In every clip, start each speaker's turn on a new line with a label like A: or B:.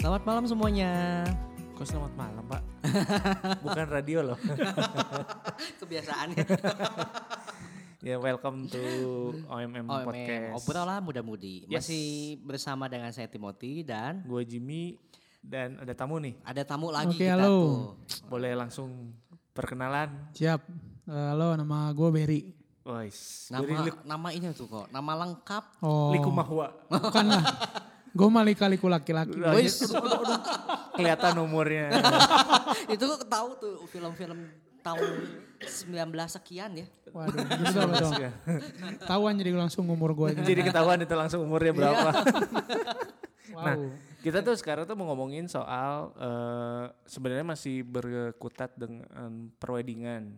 A: Selamat malam semuanya.
B: Kok selamat malam pak? Bukan radio loh.
A: Kebiasaannya.
B: ya welcome to OMM,
A: OMM,
B: Podcast.
A: Oh, obrolan muda-mudi.
B: Yes.
A: Masih bersama dengan saya Timothy dan
B: Gue Jimmy dan ada tamu nih.
A: ada tamu lagi
C: Oke,
A: kita
C: halo.
A: tuh.
B: Boleh langsung perkenalan.
C: Siap. Eh, Halo, nama gue Berry.
B: Wais.
A: Nama
B: Dari
A: nama ini tuh kok, nama lengkap.
C: Oh,
B: Liku Mahwa.
C: bukan lah. gue malah liku laki-laki.
B: Nah,
A: Wis.
B: Kelihatan umurnya.
A: Itu kok tahu tuh film-film tahun 19 sekian ya.
C: Waduh, bisa apa dong? Tahuan jadi langsung umur gue.
B: ya. Jadi ketahuan itu langsung umurnya berapa.
A: Iya.
C: Wow.
B: Nah, kita tuh sekarang tuh mau ngomongin soal eh, sebenarnya masih berkutat dengan perwedingan.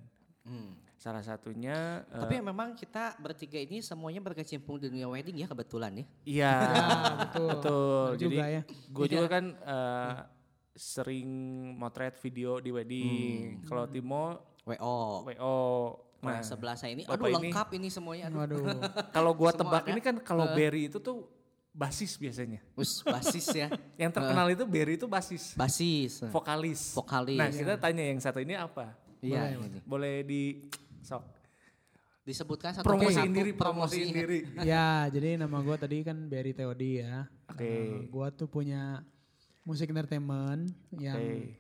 B: Salah satunya eh,
A: Hmm. Tapi memang kita bertiga ini semuanya berkecimpung di dunia wedding ya kebetulan ya.
B: Iya,
C: betul.
B: betul.
C: Benar
B: Jadi
C: juga ya.
B: gue juga
A: Iya.
B: kan eh, sering motret video di
A: Hmm.
B: wedding. Kalau Timo
A: WO.
B: WO.
A: Nah,
B: Nah,
A: sebelah saya ini
B: Bapak
A: aduh
B: ini-
A: lengkap ini, semuanya. Aduh.
C: Waduh.
B: kalau gua
A: Semua ya?
B: tebak
A: ada.
B: ini kan kalau Berry itu tuh basis biasanya.
A: Us, basis ya.
B: Yang terkenal itu Berry itu basis,
A: Basis.
B: vokalis.
A: Nah. Vokalis.
B: Nah, kita tanya yang satu ini apa?
A: Iya, ini.
B: Boleh di sok
A: disebutkan satu
B: promosiin
A: persatu,
B: diri, promosiin
A: promosiin.
B: diri.
C: ya, jadi nama gue tadi kan Berry Teodi ya.
B: Oke.
C: gue tuh punya musik entertainment yang
B: Oke.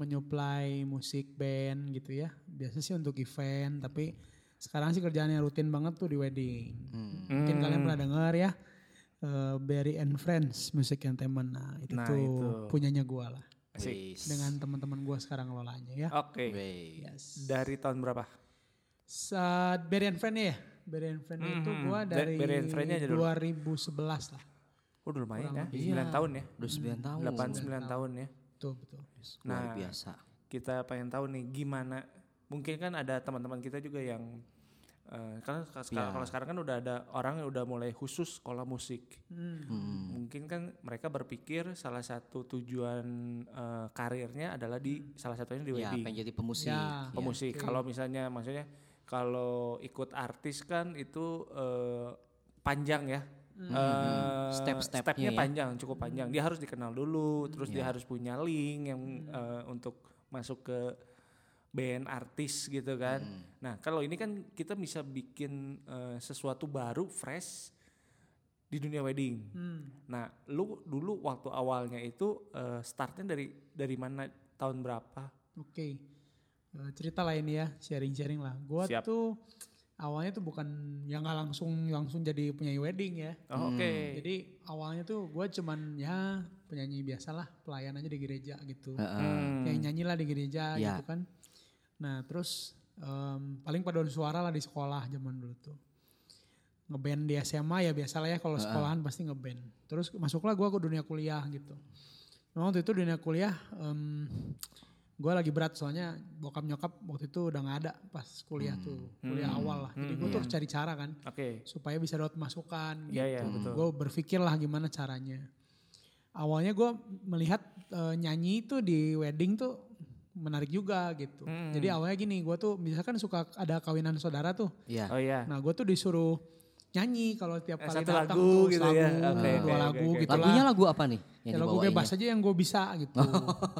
C: menyuplai musik band gitu ya. Biasa sih untuk event, tapi sekarang sih kerjaannya rutin banget tuh di wedding.
B: Hmm.
C: Mungkin kalian pernah dengar ya. eh, Berry and Friends Music Entertainment. Nah, itu
B: Nah,
C: tuh
B: itu.
C: punyanya gua lah.
B: Asik.
A: Wis.
C: Dengan teman-teman gua sekarang ngelolanya ya.
B: Oke.
A: Wis.
B: Dari tahun berapa?
C: Saat Berry and Friends ya. Berry and Friends itu gua
B: Ber-
C: dari
B: Berry Hmm. and Friends-nya aja dulu.
C: 2011 lah.
B: Udah lumayan ya, 9 tahun ya.
A: Udah 9 tahun.
B: 8 9 tahun ya.
C: Betul, betul.
A: Luar
B: Nah.
A: biasa.
B: kita pengen tahu nih gimana mungkin kan ada teman-teman kita juga yang eh, kan sekarang kalau sekarang kan udah ada orang yang udah mulai khusus sekolah musik
A: Hmm.
B: mungkin kan mereka berpikir salah satu tujuan eh, karirnya adalah di salah satunya di
A: Ya,
B: wedding
A: pengen jadi pemusik. Iya.
C: Ya.
B: pemusik kalau misalnya maksudnya kalau ikut artis kan itu eh, panjang ya Eh,
A: Hmm. Mm-hmm. Step-stepnya
B: stepnya
A: ya. Iya.
B: panjang cukup panjang dia harus dikenal dulu terus dia harus punya link yang
A: Hmm.
B: eh, untuk masuk ke band artis gitu kan
A: Hmm.
B: nah kalau ini kan kita bisa bikin eh, sesuatu baru fresh di dunia wedding
C: Hmm.
B: nah lu dulu waktu awalnya itu eh, startnya dari dari mana tahun berapa
C: Oke. Eh, cerita lain ya, sharing-sharing lah. Gua
B: Siap.
C: tuh awalnya tuh bukan yang nggak langsung langsung jadi penyanyi wedding ya.
B: Oh,
A: Hmm.
B: oke
C: Jadi awalnya tuh gue cuman ya penyanyi biasalah, pelayan aja di gereja gitu.
A: Heeh.
B: Hmm. Iya.
C: Kayak nyanyi lah di gereja
A: Ya.
C: gitu kan. Nah terus em, paling paduan suara lah di sekolah zaman dulu tuh. Ngeband di SMA ya biasalah ya kalau sekolahan pasti ngeband. Terus masuklah gua ke dunia kuliah gitu. Nah waktu itu dunia kuliah em, gua lagi berat soalnya bokap nyokap waktu itu udah nggak ada pas kuliah
B: Hmm.
C: tuh. Kuliah awal lah. Jadi gue tuh harus cari cara kan
B: Oke.
C: supaya bisa dapat masukan
B: Hmm.
C: gitu.
B: Iya, iya, betul.
C: Gue berpikir lah gimana caranya. Awalnya gue melihat eh, nyanyi itu di wedding tuh menarik juga gitu. Jadi awalnya gini, gue tuh misalkan suka ada kawinan saudara tuh.
A: Ya.
B: Oh iya.
C: Nah gue tuh disuruh nyanyi kalau tiap
B: Eh,
C: kali
B: satu
C: datang
B: lagu
C: tuh,
B: gitu
C: lagu,
B: ya. Oke,
C: dua
B: oke,
C: lagu
B: oke, oke.
C: gitu
A: Lagunya lagu apa nih? Yang
C: ya lagu
A: dibawainnya?
C: bebas aja yang gue bisa gitu.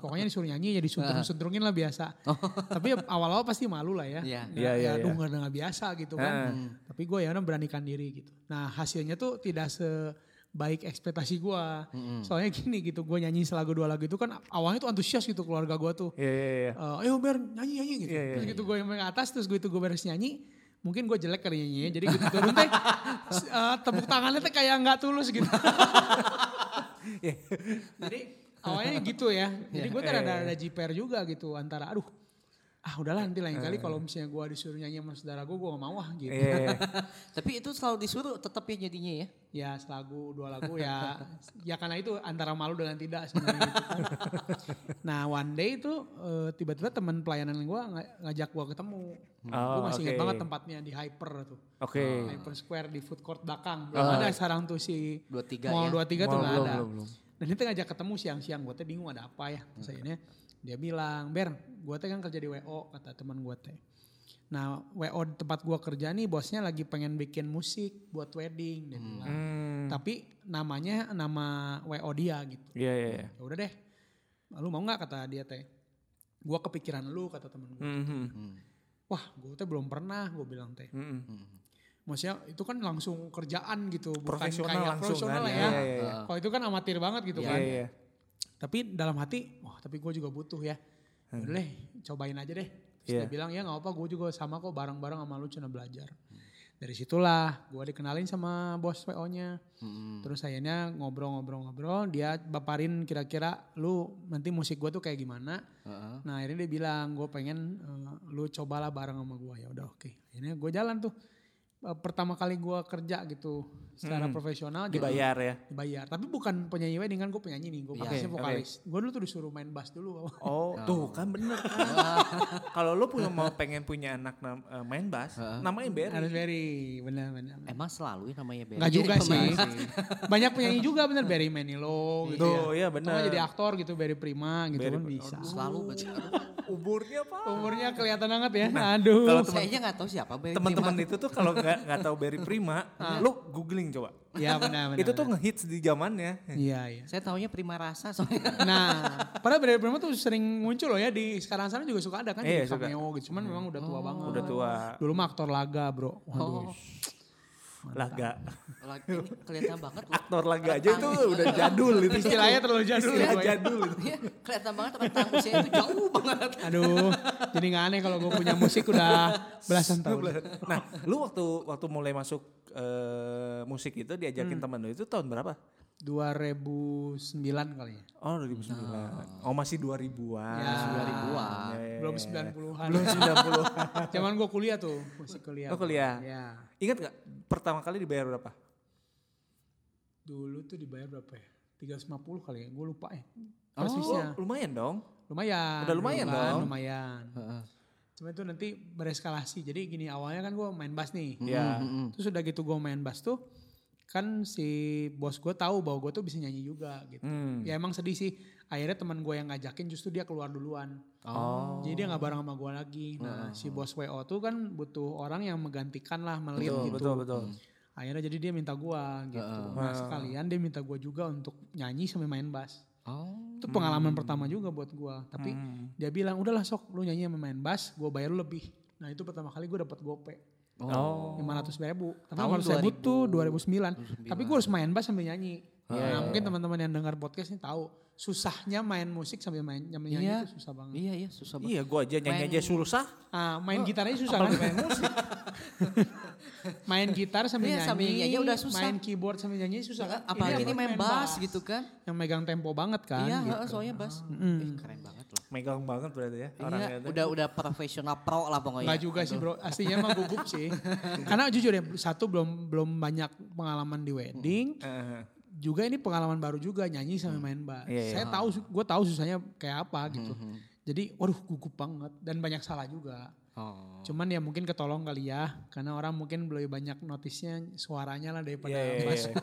C: Pokoknya disuruh nyanyi jadi suntung-suntungin lah biasa. Tapi awal-awal pasti malu lah ya.
A: Iya.
B: Oh. Iya, iya,
C: aduh
B: iya.
C: nggak nggak biasa gitu kan. Tapi gue ya udah beranikan diri gitu. Nah hasilnya tuh tidak sebaik ekspektasi gue. Soalnya gini gitu gue nyanyi selagu dua lagu itu kan awalnya tuh antusias gitu keluarga gue tuh.
B: Iya iya iya.
C: Eh, ayo Ber nyanyi nyanyi gitu.
B: Iya, iya,
C: terus gitu gue yang ke atas terus gue itu gue beres nyanyi. Mungkin gue jelek kali nyanyinya. Jadi gitu turun teh s- eh, tepuk tangannya teh kayak nggak tulus gitu.
B: Iya.
C: Jadi awalnya gitu ya. Jadi gue tuh ada
B: iya.
C: ada jiper juga gitu antara aduh ah udahlah nanti lain kali kalau misalnya gue disuruh nyanyi sama saudara gue gue gak mau ah gitu.
B: Eh. Iya, iya.
A: Tapi itu selalu disuruh tetap ya jadinya ya.
C: Ya selagu dua lagu ya ya karena itu antara malu dengan tidak sebenarnya gitu kan. Nah one day itu eh, tiba-tiba teman pelayanan gue ngajak gue ketemu.
B: Oh,
C: gue masih ingat
B: oke.
C: banget Oh. tempatnya di Hyper tuh.
B: Oke.
C: Hyper Square di food court belakang. Belum ada sekarang tuh si
A: 23
C: Mall
A: ya.
B: Mall
C: 23 tuh gak
B: belum,
C: ada.
B: belum, belum.
C: Dan dia tuh ngajak ketemu siang-siang. Gue tuh bingung ada apa ya. Terus akhirnya dia bilang, Ber gue tuh kan kerja di WO kata teman gue teh. Nah, WO tempat gua kerja nih bosnya lagi pengen bikin musik buat wedding dia bilang.
B: Hmm.
C: Tapi namanya nama WO dia gitu.
B: Iya iya. iya.
C: Ya udah deh. Lu mau nggak kata dia teh? Gua kepikiran lu kata temen gua.
B: Mhm.
C: Hmm. Wah, gua teh belum pernah gua bilang teh.
B: Mhm.
C: Maksudnya itu kan langsung kerjaan gitu, bukan
B: Profesional
C: kayak
B: langsung
C: profesional
B: kan,
C: lah
B: iya,
C: ya.
B: iya, iya.
C: Kalau itu kan amatir banget
B: Iya
C: gitu kan.
B: iya.
C: Tapi dalam hati, wah tapi gue juga butuh ya. Udah deh, cobain aja deh. Terus
B: Hmm. Iya.
C: dia bilang, ya gak apa gue juga sama kok bareng-bareng sama lu cina belajar. Dari situlah gue dikenalin sama bos WO-nya.
A: Hmm.
B: Hmm.
C: Terus akhirnya ngobrol-ngobrol-ngobrol, dia paparin kira-kira lu nanti musik gue tuh kayak gimana.
A: Heeh.
C: Nah akhirnya dia bilang, gue pengen eh, lu cobalah bareng sama gue. Ya udah oke. Akhirnya gue jalan tuh. Eh, pertama kali gue kerja gitu secara profesional. jadi-
B: Hmm. Dibayar ya.
C: dibayar tapi bukan penyanyi wedding kan gue penyanyi nih gue basisnya
B: Oke,
C: vokalis gue dulu tuh disuruh main bass dulu
B: Oh, tuh kan bener kan. Kalau lu punya mau pengen punya anak nam- eh, main bass, namanya Barry.
C: harus Berry benar benar
B: Iya,
A: Emang selalu ya namanya Barry.
C: Enggak juga sih.
A: pemain.
C: Banyak penyanyi juga bener Barry Manilow gitu
B: Tuh, iya
C: ya.
B: benar.
C: Atau nggak jadi aktor gitu Barry Prima gitu
B: Barry
C: kan
B: Pri-
C: bisa.
A: Selalu berarti. Aduh,
B: Umurnya apa?
C: Umurnya kelihatan banget ya. Aduh.
B: Nah, kalau
A: Kayaknya nggak tahu siapa Barry.
B: Teman-teman itu tuh kalau nggak nggak tahu Barry Prima, lu googling coba.
C: Iya benar benar.
B: itu tuh ngehits di zamannya.
C: Iya iya.
A: Saya taunya Prima Rasa soalnya.
C: Nah, padahal Barry Prima tuh sering muncul loh ya di sekarang sana juga suka ada kan
B: Iya,
C: jadi
B: suka.
C: cameo gitu. Cuman memang udah
B: Oh.
C: tua banget.
B: Udah tua,
C: Dulu mah aktor laga, Bro.
B: Oh.
C: Waduh.
B: laga.
A: Lagi Oh, ini kelihatan banget loh.
B: Aktor laga aja itu udah jadul itu.
C: Istilahnya terlalu jadul. ya,
B: Istilah
C: Boy.
B: jadul.
A: Iya, kelihatan banget rentang usianya itu jauh banget.
C: Aduh, jadi nggak aneh kalau gue punya musik udah belasan tahun.
B: Nah, lu waktu waktu mulai masuk eh, musik itu diajakin teman lu itu tahun berapa?
C: 2009 kali ya.
B: Oh 2009. Oh masih 2000-an.
C: Ya.
A: 2000-an.
B: Ya, ya, ya.
C: Belum 90-an.
B: Belum 90-an.
C: Zaman gue kuliah tuh, masih kuliah.
B: Lo Oh, kuliah?
C: Ya.
B: Ingat gak pertama kali dibayar berapa?
C: Dulu tuh dibayar berapa ya? 350 kali ya, gue lupa ya.
B: Oh,
C: Persisnya.
B: lumayan dong.
C: Lumayan.
B: Udah lumayan
C: kan,
B: dong.
C: Lumayan. Cuma itu nanti bereskalasi. Jadi gini, awalnya kan gue main bass nih.
B: Ya.
C: Terus udah gitu gue main bass tuh, kan si bos gue tahu bahwa gue tuh bisa nyanyi juga gitu.
B: Hmm.
C: Ya emang sedih sih. Akhirnya teman gue yang ngajakin justru dia keluar duluan.
B: Oh.
C: Jadi dia nggak bareng sama gue lagi. Nah si bos WO tuh kan butuh orang yang menggantikan lah melit
B: Betul,
C: gitu.
B: betul, betul.
C: Akhirnya jadi dia minta gue gitu. Nah sekalian dia minta gue juga untuk nyanyi sambil main bass.
A: Oh.
C: Itu pengalaman pertama juga buat gue. Tapi
A: Hmm.
C: dia bilang udahlah sok lu nyanyi sama main bass gue bayar lu lebih. Nah itu pertama kali gue dapat gope.
B: Oh.
C: 500 ribu. Tapi
A: Tahun
C: 500 ribu tuh 2009. Tapi gue harus main bass sambil nyanyi.
A: Iya,
C: nah mungkin teman-teman yang dengar podcast ini tahu. Susahnya main musik sambil main sambil nyanyi
A: Iya.
C: itu susah banget.
A: Iya, Oh, iya susah banget.
B: Iya, gua aja nyanyi
A: Main-
B: aja susah.
C: Ah, main gitar aja susah kan? Main gitar sambil
A: Iya,
C: nyanyi,
A: sambil nyanyi udah susah. Iya,
C: Main keyboard sambil nyanyi susah kan?
A: Apalagi ini
C: yang
A: main bass gitu kan.
C: Yang megang tempo banget kan?
A: Iya,
C: gitu.
A: heeh, soalnya bass. Eh, keren banget loh.
B: Megang banget berarti ya orangnya.
A: Iya,
B: tuh.
A: udah udah profesional pro lah
B: Oh,
A: pokoknya.
B: iya.
C: Nggak juga sih bro, aslinya mah gugup sih. Karena jujur ya, satu belum belum banyak pengalaman di wedding.
B: Heeh.
C: Juga ini pengalaman baru juga nyanyi sambil main bass.
B: Iya, Hmm, iya.
C: Saya tahu, gue tahu susahnya kayak apa gitu. Jadi, waduh gugup banget dan banyak salah juga.
A: Oh.
C: Cuman ya mungkin ketolong kali ya, karena orang mungkin lebih banyak notisnya suaranya lah daripada
B: Iya, iya,
C: bass.
B: iya.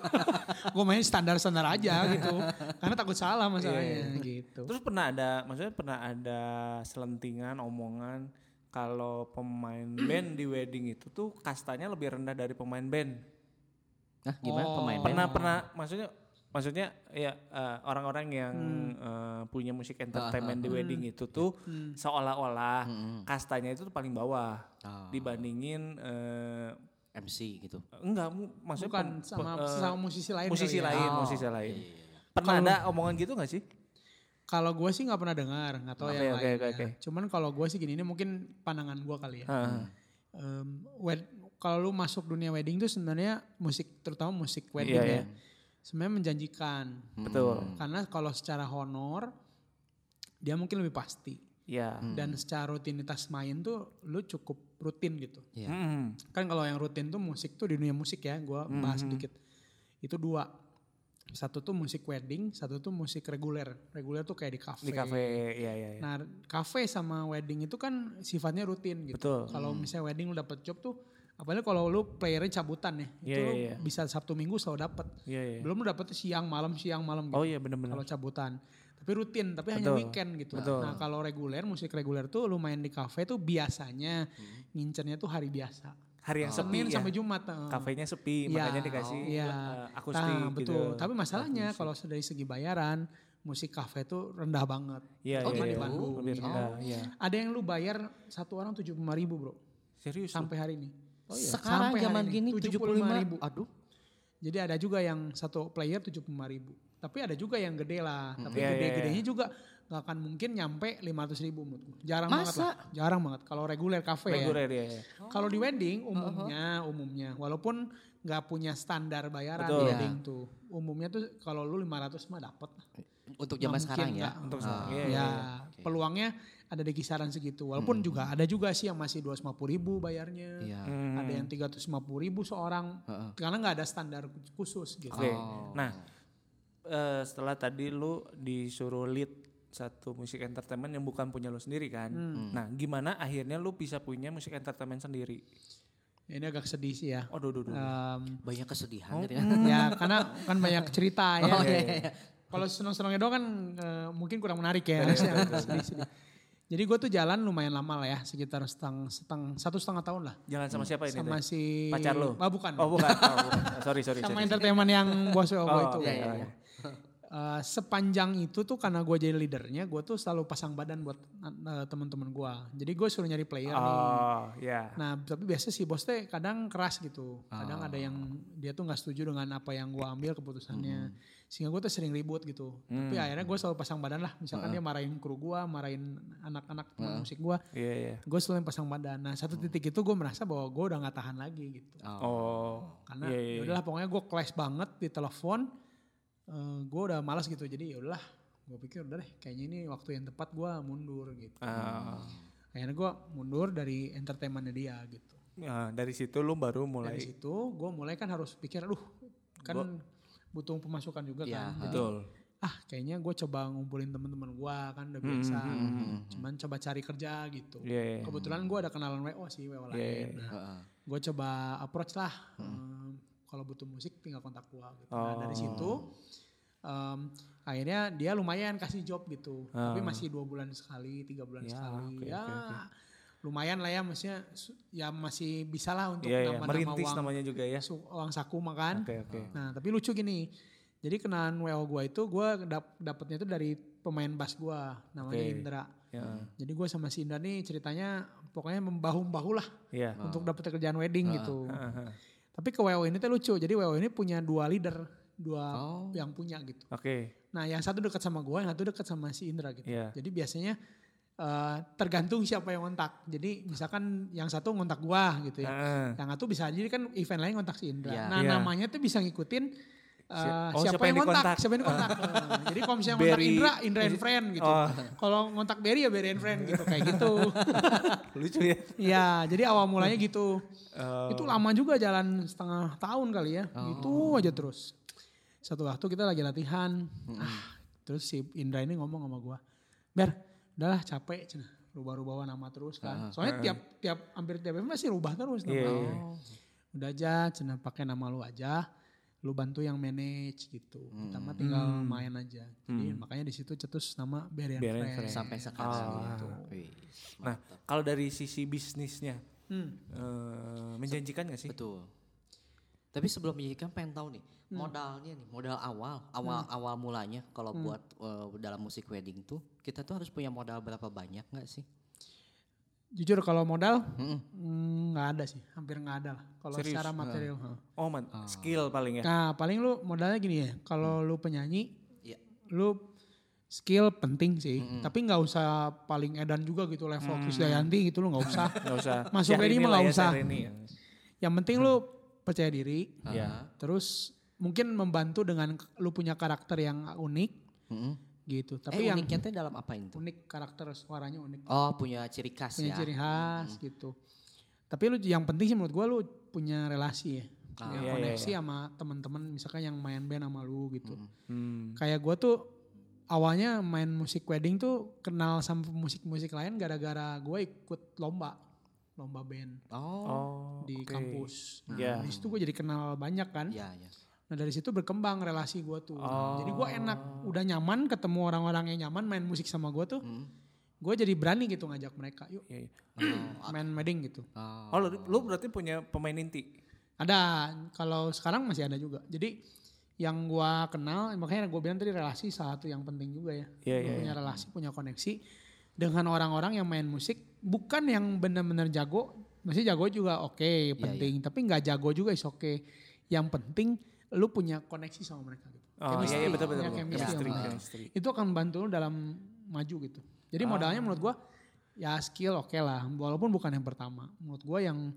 C: Gue main standar-standar aja gitu, karena takut
B: Iya,
C: salah masalahnya gitu.
B: Terus pernah ada, maksudnya pernah ada selentingan, omongan kalau pemain band di wedding itu tuh kastanya lebih rendah dari pemain band.
A: Nah, gimana
C: Oh.
A: pemain
B: Pernah
A: band?
B: pernah, maksudnya maksudnya ya eh, orang-orang yang eh,
C: Hmm.
B: punya musik entertainment
C: Ah,
B: di wedding itu tuh seolah-olah
C: Hmm.
B: kastanya itu tuh paling bawah
A: Ah.
B: dibandingin eh,
A: MC gitu.
B: enggak mu- maksudnya
C: Bukan
B: pem-
C: sama,
B: pe- eh,
C: sama musisi lain.
B: musisi
C: kali ya. iya.
B: lain,
A: Oh.
B: musisi lain. Pernah ada omongan gitu gak sih?
C: Kalau gue sih nggak pernah dengar, nggak tahu
B: Oke,
C: yang
B: oke,
C: lain.
B: oke,
C: ya.
B: oke.
C: Cuman kalau gue sih gini, ini mungkin pandangan gue kali ya.
B: Heeh.
C: Em, wed- kalau lu masuk dunia wedding tuh sebenarnya musik, terutama musik
B: Iya,
C: wedding
B: Hmm. iya.
C: ya, sebenarnya menjanjikan.
B: Betul.
C: Karena kalau secara honor, dia mungkin lebih pasti.
B: Ya.
C: Dan secara rutinitas main tuh lu cukup rutin gitu.
A: Iya.
B: Mm-mm.
C: Kan kalau yang rutin tuh musik tuh di dunia musik ya, gua
B: Hmm,
C: bahas sedikit. Itu dua. Satu tuh musik wedding, satu tuh musik reguler. Reguler tuh kayak di kafe.
B: Di kafe, ya ya. ya.
C: Nah, kafe sama wedding itu kan sifatnya rutin gitu.
B: Betul. Hmm.
C: Kalau misalnya wedding lu dapet job tuh, apalagi kalau lu playernya cabutan ya, itu
B: Iya,
C: lu
B: iya, iya.
C: bisa Sabtu Minggu selalu dapet.
B: Iya, iya.
C: Belum lu dapet siang malam siang malam gitu.
B: Oh iya benar-benar.
C: Kalau cabutan. Tapi rutin, tapi hanya
B: Betul,
C: weekend gitu.
B: betul.
C: Nah kalau reguler, musik reguler tuh lu main di kafe tuh biasanya ngincernya tuh hari biasa.
B: Hari yang Hmm. sepi
C: Senin
B: ya.
C: sampai Jumat. eh.
B: Kafenya sepi,
C: Iya,
B: makanya dikasih
C: iya.
B: eh, akustik
C: Nah,
B: gitu.
C: betul. Tapi masalahnya kalau dari segi bayaran, musik kafe tuh rendah banget.
B: Iya,
A: Oh,
B: iya,
A: di
B: iya.
A: Bandung.
B: Lebih
C: Oh.
B: rendah, iya.
C: Ada yang lu bayar satu orang tujuh ribu bro
B: Serius lu?
C: sampai hari ini.
A: Sekarang
C: Oh iya. Sampai hari
A: zaman
C: ini,
A: gini 75 ribu.
C: 75.000.
A: Aduh.
C: Jadi ada juga yang satu player tujuh ribu. Tapi ada juga yang gede lah.
B: Iya,
C: Tapi
B: iya,
C: gede-gedenya juga nggak akan mungkin nyampe 500 ribu menurut gue. Jarang banget
A: Masa?
C: lah. Jarang banget. Kalau reguler kafe ya.
B: Reguler ya. ya.
C: Kalau di wedding umumnya,
A: Uh-huh.
C: umumnya. Walaupun nggak punya standar bayaran
B: Betul. Iya.
C: di wedding tuh. Umumnya tuh kalau lu 500 mah dapet. lah.
A: Untuk zaman
C: Nggak
A: sekarang
C: mungkin
A: ya.
C: nggak.
B: Untuk sekarang. Iya,
C: Ya,
B: iya,
C: peluangnya ada di kisaran segitu. Walaupun juga ada juga sih yang masih 250 ribu bayarnya.
A: Iya.
B: Hmm.
C: Ada yang 350 ribu seorang.
A: Heeh.
C: Karena nggak ada standar khusus gitu.
B: Oke.
A: Oh.
B: Nah, eh, setelah tadi lu disuruh lead satu musik entertainment yang bukan punya lu sendiri kan.
C: Hmm.
B: Nah, gimana akhirnya lu bisa punya musik entertainment sendiri?
C: Ini agak sedih sih ya.
B: Aduh, duh, duh.
C: Em,
A: Banyak kesedihan ya.
C: ya karena kan banyak cerita ya.
A: Oh, iya, iya, iya.
C: Kalau seneng-senengnya doang kan eh, mungkin kurang menarik ya. Harusnya sedih-sedih. Jadi gue tuh jalan lumayan lama lah ya, sekitar setang, setang, satu setengah tahun lah.
B: Jangan sama siapa ini?
C: hmm. Sama
B: Teh?
C: si...
B: Pacar lu?
C: Ah, bukan.
B: Oh, bukan. Oh, bukan. Sorry, sorry.
C: sama
B: sorry.
C: entertainment yang bos WO
B: Oh,
C: itu. kan.
B: iya, iya, iya.
C: Eh, sepanjang itu tuh karena gue jadi leadernya, gue tuh selalu pasang badan buat eh, teman-teman gue. Jadi gue suruh nyari player nih.
B: Oh, ya.
C: Nah, tapi biasa sih bos teh kadang keras gitu.
B: Oh.
C: Kadang ada yang dia tuh nggak setuju dengan apa yang gua ambil keputusannya.
B: Hmm.
C: Sehingga gue tuh sering ribut gitu. Tapi akhirnya gue selalu pasang badan lah. Misalkan
B: Hmm.
C: dia marahin kru gua, marahin anak-anak teman musik gua,
B: Iya, iya.
C: gue selalu pasang badan. Nah, satu
B: Hmm.
C: titik itu gue merasa bahwa gue udah nggak tahan lagi gitu.
B: Oh.
C: Karena
B: Iya, iya,
C: ya udahlah pokoknya gue clash banget di telepon. Eh, gue udah malas gitu. Jadi ya udahlah, gue pikir udah deh kayaknya ini waktu yang tepat gua mundur gitu.
B: Ah,
C: Akhirnya gua mundur dari entertainmentnya dia gitu.
B: nah, dari situ lu baru mulai.
C: dari situ gue mulai kan harus pikir aduh kan butuh pemasukan juga
A: Iya,
C: kan Jadi,
B: Betul.
C: ah kayaknya gue coba ngumpulin teman-teman gue kan udah biasa cuman coba cari kerja gitu
B: Hmm, Iya, iya.
C: kebetulan gue ada kenalan wo sih wo lain
B: Iya, iya.
A: Heeh.
C: gue coba approach lah
B: Hmm.
C: em, kalau butuh musik tinggal kontak gue gitu.
B: Oh.
C: nah dari situ em, akhirnya dia lumayan kasih job gitu tapi masih dua bulan sekali tiga bulan
B: Ah. Ya,
C: sekali
B: oke,
C: ya
B: oke,
C: lumayan lah ya maksudnya su- ya masih bisa lah untuk
B: Iya, iya.
C: nama-nama
B: Merintis
C: uang
B: namanya juga ya.
C: Su- uang saku makan.
B: Oke, oke.
C: Nah, tapi lucu gini. Jadi kenalan WO gue itu gue dap dapetnya itu dari pemain bass gue namanya
B: Oke.
C: Indra.
B: Ya.
C: Jadi gue sama si Indra nih ceritanya pokoknya membahu-bahu lah
B: Iya.
C: untuk dapet kerjaan wedding gitu.
B: Ah, ah.
C: Tapi ke WO ini tuh lucu. Jadi WO ini punya dua leader, dua
A: Oh.
C: yang punya gitu.
B: Oke.
C: Nah, yang satu dekat sama gue, yang satu dekat sama si Indra gitu.
B: Iya.
C: Jadi biasanya eh, tergantung siapa yang ngontak. Jadi misalkan yang satu ngontak gua gitu ya.
B: Ah.
C: Yang satu bisa jadi kan event lain kontak si Indra.
A: Iya.
C: Nah
B: Iya.
C: namanya tuh bisa ngikutin uh,
B: Si- oh,
C: siapa, yang kontak,
B: dikontak.
C: siapa yang kontak. jadi kalau misalnya kontak
B: Berry-
C: Indra, Indra and friend gitu.
B: Oh.
C: Kalau kontak Berry ya Berry and friend gitu kayak gitu.
B: Lucu ya.
C: ya jadi awal mulanya gitu.
B: Eh,
C: Itu lama juga jalan setengah tahun kali ya.
B: Oh.
C: Gitu aja terus. Satu waktu kita lagi latihan. Ah, terus si Indra ini ngomong sama gua. Ber, udahlah capek. cenah. Rubah-rubah nama terus kan. Soalnya tiap tiap hampir tiap event masih rubah terus
A: Oh,
C: nama.
B: Iya, Ah, iya.
C: Udah aja cenah pakai nama lu aja. Lu bantu yang manage gitu. Kita
B: Mm.
C: mah tinggal main aja. Jadi makanya di situ cetus nama Berian
B: Bear and
C: Friends.
A: Sampai sekarang
B: Ah.
A: gitu. Wih,
B: Nah, kalau dari sisi bisnisnya
C: Hmm.
B: eh, menjanjikan gak sih?
A: Betul. Tapi sebelum penyidikan pengen tahu nih modalnya nih modal awal awal awal mulanya kalau buat eh, dalam musik wedding tuh kita tuh harus punya modal berapa banyak nggak sih?
C: Jujur kalau modal
A: Mm-mm.
C: mm, nggak ada sih, hampir nggak ada lah. Kalau
B: Serius?
C: secara material. heeh.
B: Oh, man,
C: Ah.
B: skill paling ya. Hmm.
C: Nah paling lu modalnya gini ya, kalau lu penyanyi,
A: Iya.
C: lu skill penting sih,
B: Hmm.
C: tapi nggak usah paling edan juga gitu level Krisdayanti gitu lu nggak usah.
B: Gak usah.
C: Masuk
B: Syahrini
C: Edi mah
B: lah
C: gak
B: ya,
C: usah.
B: Syahrini ya.
C: Yang penting lu
B: Hmm.
C: percaya diri,
B: Iya.
C: terus mungkin membantu dengan k- lu punya karakter yang unik
A: Mm-mm.
C: gitu.
A: Tapi
B: Eh,
C: Tapi yang
A: Eh, uniknya tuh dalam apa itu?
C: unik karakter suaranya unik,
A: Oh punya ciri khas
C: punya
A: ya.
C: ciri khas
B: Hmm.
C: gitu. Tapi lu yang penting sih menurut gua lu punya relasi ya,
A: Ah,
C: Punya
B: iya, iya,
C: koneksi sama teman-teman misalkan yang main band sama lu gitu.
B: Hmm.
C: kayak gue tuh awalnya main musik wedding tuh kenal sama musik-musik lain gara-gara gue ikut lomba lomba band
A: Oh,
B: Oh,
C: di
B: oke.
C: kampus. Nah,
B: Iya.
C: di situ gue jadi kenal banyak kan.
A: ya ya.
C: Nah dari situ berkembang relasi gue tuh. Nah,
B: Oh.
C: Jadi gue enak, udah nyaman ketemu orang-orang yang nyaman main musik sama gue tuh.
A: Hmm.
C: Gue jadi berani gitu ngajak mereka, yuk
B: Iya, iya.
C: main wedding gitu.
B: Oh, lu, lu berarti punya pemain inti.
C: Ada, kalau sekarang masih ada juga. Jadi yang gua kenal, makanya gue bilang tadi relasi salah satu yang penting juga ya.
B: Iya,
C: Lu
B: iya,
C: punya relasi, punya koneksi dengan orang-orang yang main musik, bukan yang benar-benar jago, mesti jago juga oke,
B: Iya,
C: penting, tapi nggak jago juga is oke. Yang penting lu punya koneksi sama mereka gitu.
B: Oh, iya, iya, betul, betul,
C: punya
B: betul.
C: chemistry
B: Chemistry,
C: sama mereka.
B: chemistry.
C: Itu akan bantu lu dalam maju gitu. Jadi modalnya menurut gua ya skill oke lah, walaupun bukan yang pertama. Menurut gua yang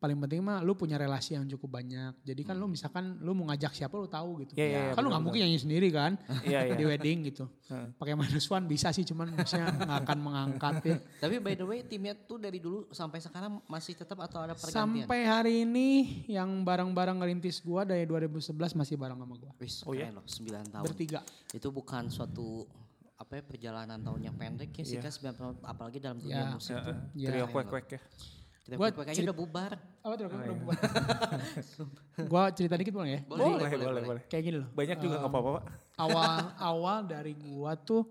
C: paling penting mah lu punya relasi yang cukup banyak. Jadi kan lu misalkan lu mau ngajak siapa lu tahu gitu.
B: Hmm. Iya, iya, iya,
C: kan lu
B: betul,
C: nggak mungkin nyanyi sendiri kan
B: Iya, iya.
C: di wedding gitu.
B: Heeh.
C: Pakai minus one bisa sih cuman maksudnya nggak akan mengangkat ya.
A: Tapi by the way timnya tuh dari dulu sampai sekarang masih tetap atau ada pergantian?
C: Sampai hari ini yang barang-barang ngerintis gua dari 2011 masih bareng sama gua.
A: Wis,
B: Oh, iya?
A: keren loh, 9 tahun.
C: Bertiga.
A: Itu bukan suatu apa ya perjalanan tahunnya pendek ya sih kan 9 tahun apalagi dalam dunia
C: Iya.
A: musik tuh.
C: Iya.
B: Trio kuek-kuek ya.
A: Kita
C: Gua
A: berpikir
C: cerit-
A: udah bubar.
C: Oh, terus gua udah bubar.
B: iya.
C: Gua cerita dikit boleh ya?
A: Boleh, boleh, boleh.
C: Kayak gini loh.
B: Banyak juga nggak apa-apa, Pak.
C: Oh, awal awal dari gua tuh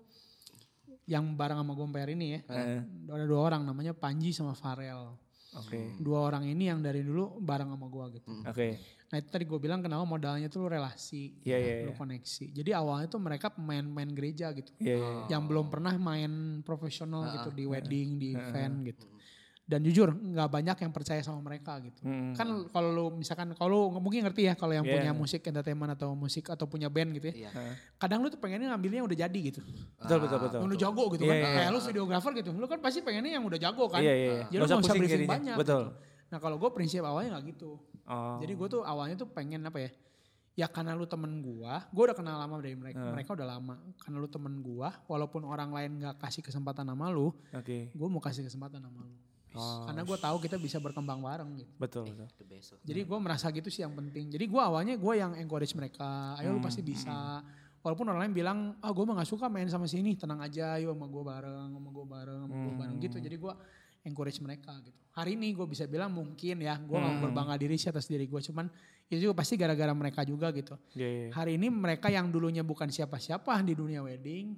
C: yang bareng sama gua sampai hari ini ya.
B: Heeh.
C: Ada dua orang namanya Panji sama Farel.
B: Oke.
C: Dua orang ini yang dari dulu bareng sama gua gitu.
B: Oke.
C: Nah itu tadi gue bilang kenapa modalnya tuh lu relasi,
B: Iya, iya,
C: lu
B: iya.
C: koneksi. Jadi awalnya tuh mereka pemain-pemain gereja gitu.
B: Iya, iya.
C: Yang belum pernah main profesional gitu di wedding, di event gitu. Dan jujur nggak banyak yang percaya sama mereka gitu.
B: Hmm.
C: Kan kalau lu misalkan, kalau lu mungkin ngerti ya kalau yang
B: Iya.
C: punya musik entertainment atau musik atau punya band gitu
A: Iya.
C: ya. Kadang lu tuh pengennya ngambilnya yang udah jadi gitu.
B: Betul, betul, betul.
C: Yang udah jago gitu
B: Iya,
C: kan.
B: iya,
C: Kayak lu videographer gitu. Lu kan pasti pengennya yang udah jago kan.
B: Iya, iya, iya. Nggak
C: Jadi lu
B: usah
C: nggak usah
B: pusing
C: briefing
B: jadinya.
C: banyak.
B: Betul.
C: gitu. Nah kalau gue prinsip awalnya nggak gitu.
B: Oh.
C: Jadi gue tuh awalnya tuh pengen apa ya? Ya karena lu temen gua, gua udah kenal lama dari mereka. Mereka udah lama. Karena lu temen gua, walaupun orang lain nggak kasih kesempatan sama lu,
B: Oke.
C: gua mau kasih kesempatan sama lu.
B: Oh,
C: Karena gua tahu kita bisa berkembang bareng gitu.
B: Betul, betul.
A: The best of-
C: Jadi gua merasa gitu sih yang penting. Jadi gua awalnya gua yang encourage mereka. Ayo lu pasti bisa. Walaupun orang lain bilang, ah gua mah gak suka main sama sini. Tenang aja, yuk sama gua bareng, sama gua bareng, sama gua bareng gitu. Jadi gua encourage mereka gitu. Hari ini gue bisa bilang mungkin ya, gua nggak berbangga diri sih atas diri gua. Cuman itu juga pasti gara-gara mereka juga gitu.
B: Iya, iya.
C: Hari ini mereka yang dulunya bukan siapa-siapa di dunia wedding.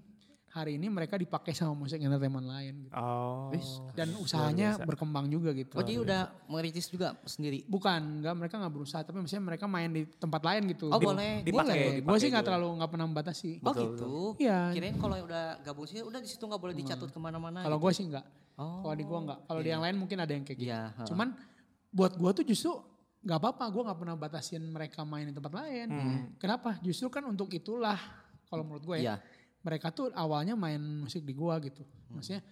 C: Hari ini mereka dipakai sama musik entertainment lain gitu.
B: Oh.
C: Dan usahanya berkembang juga gitu.
A: Oh, dia udah meritis juga sendiri.
C: Bukan, enggak mereka nggak berusaha, tapi maksudnya mereka main di tempat lain gitu.
A: Oh, boleh.
B: Dipakai,
C: Boleh. Gue
B: dipakai
C: sih
B: juga.
C: nggak terlalu nggak pernah membatasi.
A: Oh gitu.
C: Iya. Hmm.
A: Kirain kalau yang udah gabung sih udah di situ nggak boleh dicatut kemana-mana.
C: Kalau
A: gitu.
C: gue sih nggak.
A: Oh.
C: Kalau di gue nggak. Kalau di yang lain mungkin ada yang kayak gitu.
A: Iya, ha.
C: Cuman buat gue tuh justru nggak apa-apa. Gue nggak pernah batasin mereka main di tempat lain. Kenapa? Justru kan untuk itulah. Kalau menurut gue
A: Hmm. Iya.
C: ya. Mereka tuh awalnya main musik di gua gitu.
B: Hmm.
C: Maksudnya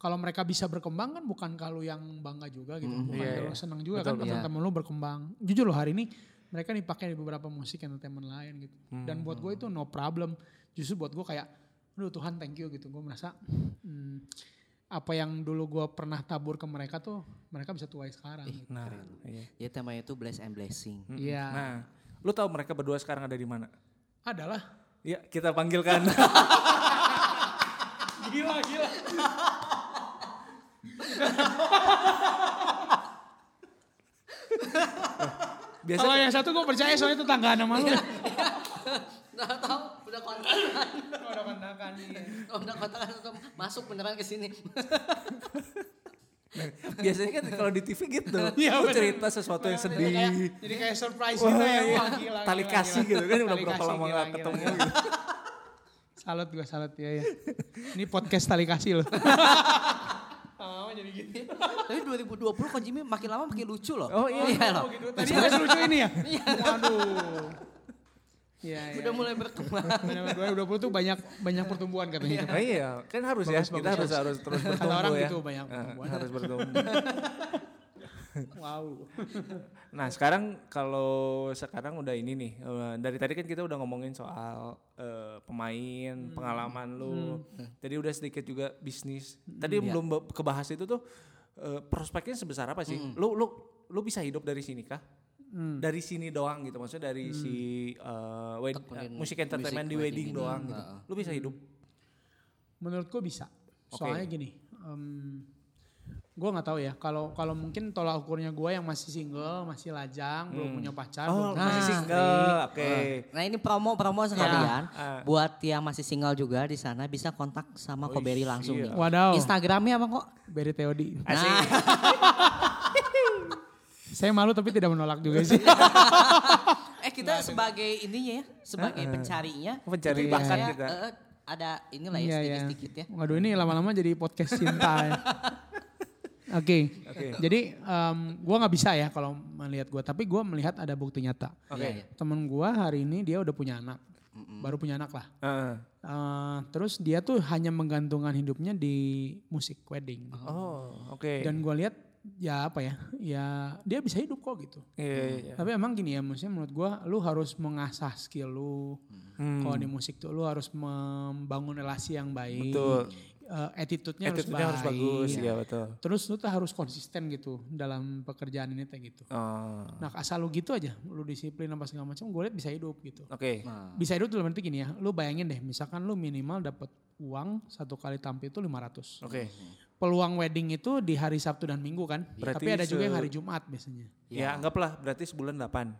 C: kalau mereka bisa berkembang kan bukan kalau yang bangga juga gitu. Bukan
B: Iya,
C: kalau
B: iya.
C: senang juga
B: Betul,
C: kan teman-teman lu berkembang. Jujur loh hari ini mereka dipakai di beberapa musik entertainment lain gitu.
B: Hmm,
C: Dan buat gue itu no problem. Justru buat gue kayak, aduh Tuhan thank you gitu. Gue merasa hmm, apa yang dulu gue pernah tabur ke mereka tuh mereka bisa tuai sekarang. gitu.
B: Nah,
A: Ya
B: iya.
A: temanya itu bless and blessing.
C: Iya.
B: Nah, lu tahu mereka berdua sekarang ada di mana?
C: Adalah.
B: Ya, kita panggilkan.
C: Gila, gila. Kalau
B: Biasa Iya.
C: yang satu gue percaya soalnya tetanggaan sama lu.
A: Nggak tahu udah kontakan.
C: Udah kontakan
A: Oh, udah kontakan atau masuk beneran ke sini.
B: biasanya kan kalau di TV gitu.
C: Iya,
B: Lu
C: bener.
B: cerita sesuatu yang
C: Jadi kayak,
B: sedih.
C: jadi kayak surprise
B: Wah,
C: gitu ya.
B: iya.
C: Wah, gila,
B: Tali
C: gila,
B: kasih
C: gila.
B: gitu kan udah
C: Tali
B: berapa
C: kasih,
B: lama
C: gila,
B: gak
C: gila,
B: ketemu
C: gila.
B: gitu.
C: Salut gue, salut ya ya. Ini podcast tali kasih loh. Lama-lama jadi gitu.
A: Tapi 2020 kok Jimmy makin lama makin lucu loh.
B: Oh, iya.
A: loh.
C: Oh gitu. Tadi harus lucu ini ya? Waduh. Iya, iya.
A: Udah mulai berkembang.
C: Benar-benar 2020 tuh banyak banyak pertumbuhan katanya.
B: Nah, iya, kan harus ya.
C: Bagus,
B: Kita
C: bagus,
B: harus
C: bagus.
B: harus terus
C: Kata
B: bertumbuh
C: orang
B: ya.
C: gitu, banyak
B: Eh,
C: pertumbuhan.
B: harus bertumbuh.
C: Wow.
B: Nah sekarang kalau sekarang udah ini nih eh, dari tadi kan kita udah ngomongin soal eh, pemain pengalaman lu, jadi udah sedikit juga bisnis. Tadi belum be- kebahas itu tuh eh, prospeknya sebesar apa sih? Lu lu lu bisa hidup dari sini kah? Dari sini doang gitu, maksudnya dari si eh, wed-
A: Tekunin
B: eh, musik entertainment
A: musik
B: di
A: wedding
B: wedding
A: ini.
B: doang gitu.
A: Heeh.
B: Lu bisa hidup?
C: Menurut gue bisa.
B: Oke.
C: Soalnya gini, em, Gue nggak tahu ya. Kalau kalau mungkin tolak ukurnya gue yang masih single, masih lajang, belum punya pacar, Ah,
B: Oh,
C: belum punya
B: masih
A: Nah,
B: single. Oke.
A: Nah ini promo promo sekalian
B: Ah.
A: buat yang masih single juga di sana bisa kontak sama Koberi langsung
B: iya.
A: nih.
C: Wadaw.
A: Instagramnya apa kok?
C: Beri Teodi.
B: Asik.
A: Nah,
C: Saya malu tapi tidak menolak juga sih.
A: eh kita sebagai ininya ya, sebagai pencarinya,
B: Pencari
A: mungkin
B: Ah, bakat
A: saya,
B: kita.
A: eh, ada inilah ya
C: Iya, iya.
A: sedikit-sedikit ya.
C: Waduh ini lama-lama jadi podcast cinta ya. Oke,
B: Oke.
C: jadi em, gua nggak bisa ya kalau melihat gua, tapi gua melihat ada bukti nyata.
B: Oke.
A: Iya, iya.
C: Temen gua hari ini dia udah punya anak, baru punya anak lah.
B: Heeh.
C: Eh, terus dia tuh hanya menggantungkan hidupnya di musik wedding.
B: Oh, oke.
C: Dan gua lihat ya apa ya, ya dia bisa hidup kok gitu.
B: Iya, iya, iya.
C: Tapi emang gini ya, maksudnya menurut gua lu harus mengasah skill lu.
B: Hmm.
C: Kalau di musik tuh lu harus membangun relasi yang baik.
B: Betul.
C: Eh, attitude-nya,
B: Attitude-nya harus
C: baik.
B: bagus, iya betul.
C: Terus lu tuh harus konsisten gitu dalam pekerjaan ini teh gitu.
B: Oh.
C: Nah asal lu gitu aja, lu disiplin apa segala macam, gue liat bisa hidup gitu.
B: Oke.
C: Bisa hidup dalam arti gini ya, lu bayangin deh misalkan lu minimal dapat uang satu kali tampil itu 500.
B: Oke. Ya,
C: Peluang wedding itu di hari Sabtu dan Minggu kan,
B: Berarti
C: tapi ada juga yang
B: se-
C: hari Jumat biasanya.
B: Ya, anggaplah berarti sebulan 8.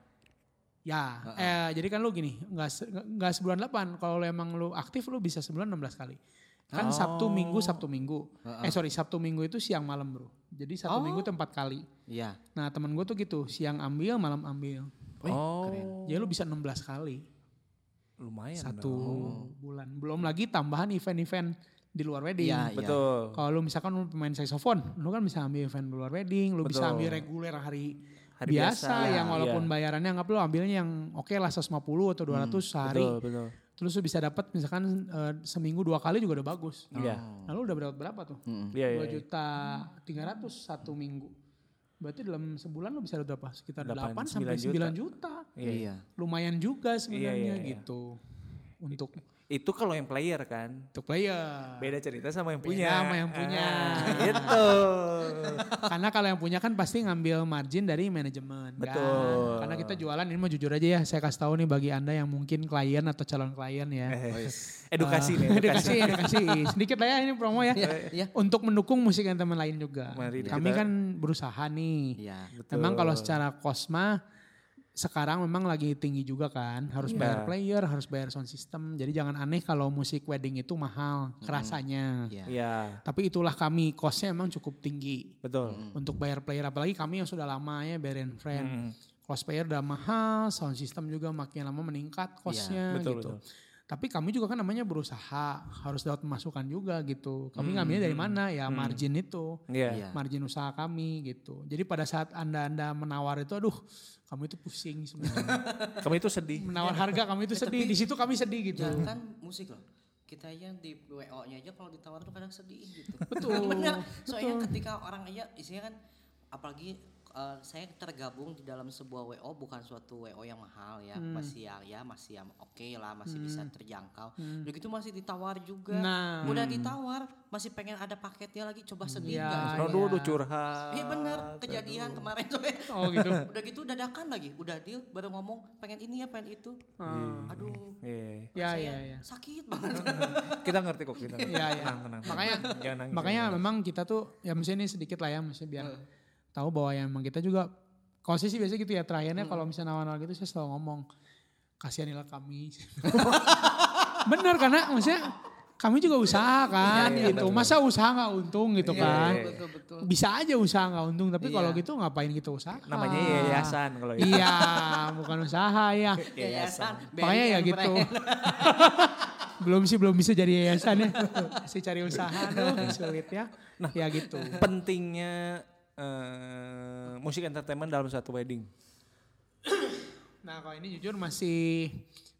C: Ya, eh, jadi kan lu gini, nggak se- nggak sebulan 8. Kalau lu emang lu aktif lu bisa sebulan 16 kali.
B: Oh.
C: Kan Sabtu Minggu Sabtu Minggu. Eh sorry Sabtu Minggu itu siang malam bro. Jadi Sabtu
B: Oh.
C: Minggu itu empat kali.
A: Iya.
C: Nah teman gue tuh gitu, siang ambil malam ambil.
A: Wih,
B: oh.
A: keren.
C: Jadi lu bisa 16 kali
B: Lumayan.
C: Iya. satu
B: dong.
C: bulan. Belum lagi tambahan event-event di luar wedding.
A: Iya, iya.
B: Betul.
C: Kalau lu misalkan lu pemain saxophone, lu kan bisa ambil event di luar wedding, lu bisa
B: Betul.
C: ambil reguler hari,
B: Hari
C: biasa,
B: biasa,
C: yang
B: iya.
C: walaupun bayarannya anggap lu ambilnya yang oke lah 150 atau 200 sehari.
B: Hmm,
C: Hmm.
B: Betul, betul.
C: Terus lu bisa dapat misalkan eh, seminggu dua kali juga udah bagus.
B: Iya.
C: Nah lu udah dapat berapa tuh?
B: Iya, iya.
C: dua juta tiga ratus satu minggu. Berarti dalam sebulan lu bisa dapat berapa? Sekitar
B: Delapan,
C: 8
B: sembilan
C: sampai 9 juta.
B: Iya.
A: Iya.
C: Lumayan juga
B: Iya,
C: sebenarnya
B: iya, iya.
C: gitu. Untuk
B: Itu kalau yang player kan.
C: untuk player.
B: Beda cerita sama yang
C: Ah. Beda
B: punya.
C: sama yang punya.
B: Ah, gitu.
C: Karena kalau yang punya kan pasti ngambil margin dari manajemen. kan?
B: Betul.
C: Karena kita jualan ini mau jujur aja ya, saya kasih tahu nih bagi Anda yang mungkin klien atau calon klien ya.
A: Iya.
B: Iya. edukasi Eh, nih, edukasi.
C: Ah. edukasi, edukasi. Sedikit lah ya ini promo ya.
A: Iya, iya.
C: Untuk mendukung musik yang teman lain juga.
B: Mari
C: Kami
B: kita-
C: kan berusaha nih.
A: Iya.
C: Memang kalau secara cost mah sekarang memang lagi tinggi juga kan. Harus
B: Iya.
C: bayar player, harus bayar sound system. Jadi jangan aneh kalau musik wedding itu mahal kerasanya.
A: Iya.
B: Hmm. Iya,
C: Tapi itulah kami costnya emang cukup tinggi.
B: betul.
A: Mm.
C: Untuk bayar player apalagi kami yang sudah lama ya bayarin
B: Mm.
C: friend. Cost player udah mahal, sound system juga makin lama meningkat
A: Iya,
C: costnya
B: betul,
C: gitu.
B: betul.
C: Tapi kami juga kan namanya berusaha, harus dapat masukan juga gitu. Kami ngambilnya dari mana? Ya margin itu.
B: Iya.
A: Hmm, Iya.
C: Margin usaha kami gitu. Jadi pada saat Anda-anda menawar itu aduh, kamu itu pusing sebenarnya.
B: Kamu itu sedih.
C: menawar harga kamu itu sedih. Di situ kami sedih gitu.
A: Iya. Jangan kan musik loh. Kita aja di WO-nya aja kalau ditawar tuh kadang sedih gitu.
C: Betul,
A: Bener. Soalnya ketika orang aja isinya kan apalagi eh, saya tergabung di dalam sebuah WO bukan suatu WO yang mahal ya,
C: Hmm.
A: masih yang ya masih yang oke lah, masih bisa terjangkau. Udah gitu masih ditawar juga.
C: Hmm. Nah.
A: Udah ditawar masih pengen ada paketnya lagi coba sedih
C: Iya,
A: nggak?
C: iya.
B: Aduh, udah curhat.
A: Eh bener kejadian kemarin tuh.
C: Oh gitu.
A: udah gitu dadakan lagi, udah deal baru ngomong pengen ini ya pengen itu.
C: Hmm.
A: Aduh,
B: Iya.
C: Ya
A: saya
C: ya ya.
A: sakit banget.
B: Kita ngerti kok kita. ngerti.
C: Iya, iya.
B: Tenang, tenang.
C: Makanya
B: Jangan nangis.
C: makanya memang kita tuh ya mesti ini sedikit lah ya mesti biar
B: Hmm.
C: tahu bahwa ya emang kita juga kalau saya sih biasanya gitu ya terakhirnya kalau
B: Hmm.
C: misalnya nawar-nawar gitu saya selalu ngomong kasihanilah kami bener karena maksudnya kami juga usaha kan
B: Iya, iya,
C: gitu
B: betul.
C: masa usaha nggak untung gitu
B: Iya,
C: kan
B: iya,
A: betul betul.
C: bisa aja usaha nggak untung tapi
A: Iya.
C: kalau gitu ngapain kita usaha
B: namanya yayasan kalau ya.
C: Ah. iya bukan usaha ya
A: Iya, Yayasan.
C: makanya ya gitu belum sih belum bisa jadi yayasan ya masih cari usaha tuh sulit ya
B: Nah,
C: ya gitu
B: Pentingnya eh, musik entertainment dalam satu wedding.
C: Nah kalau ini jujur masih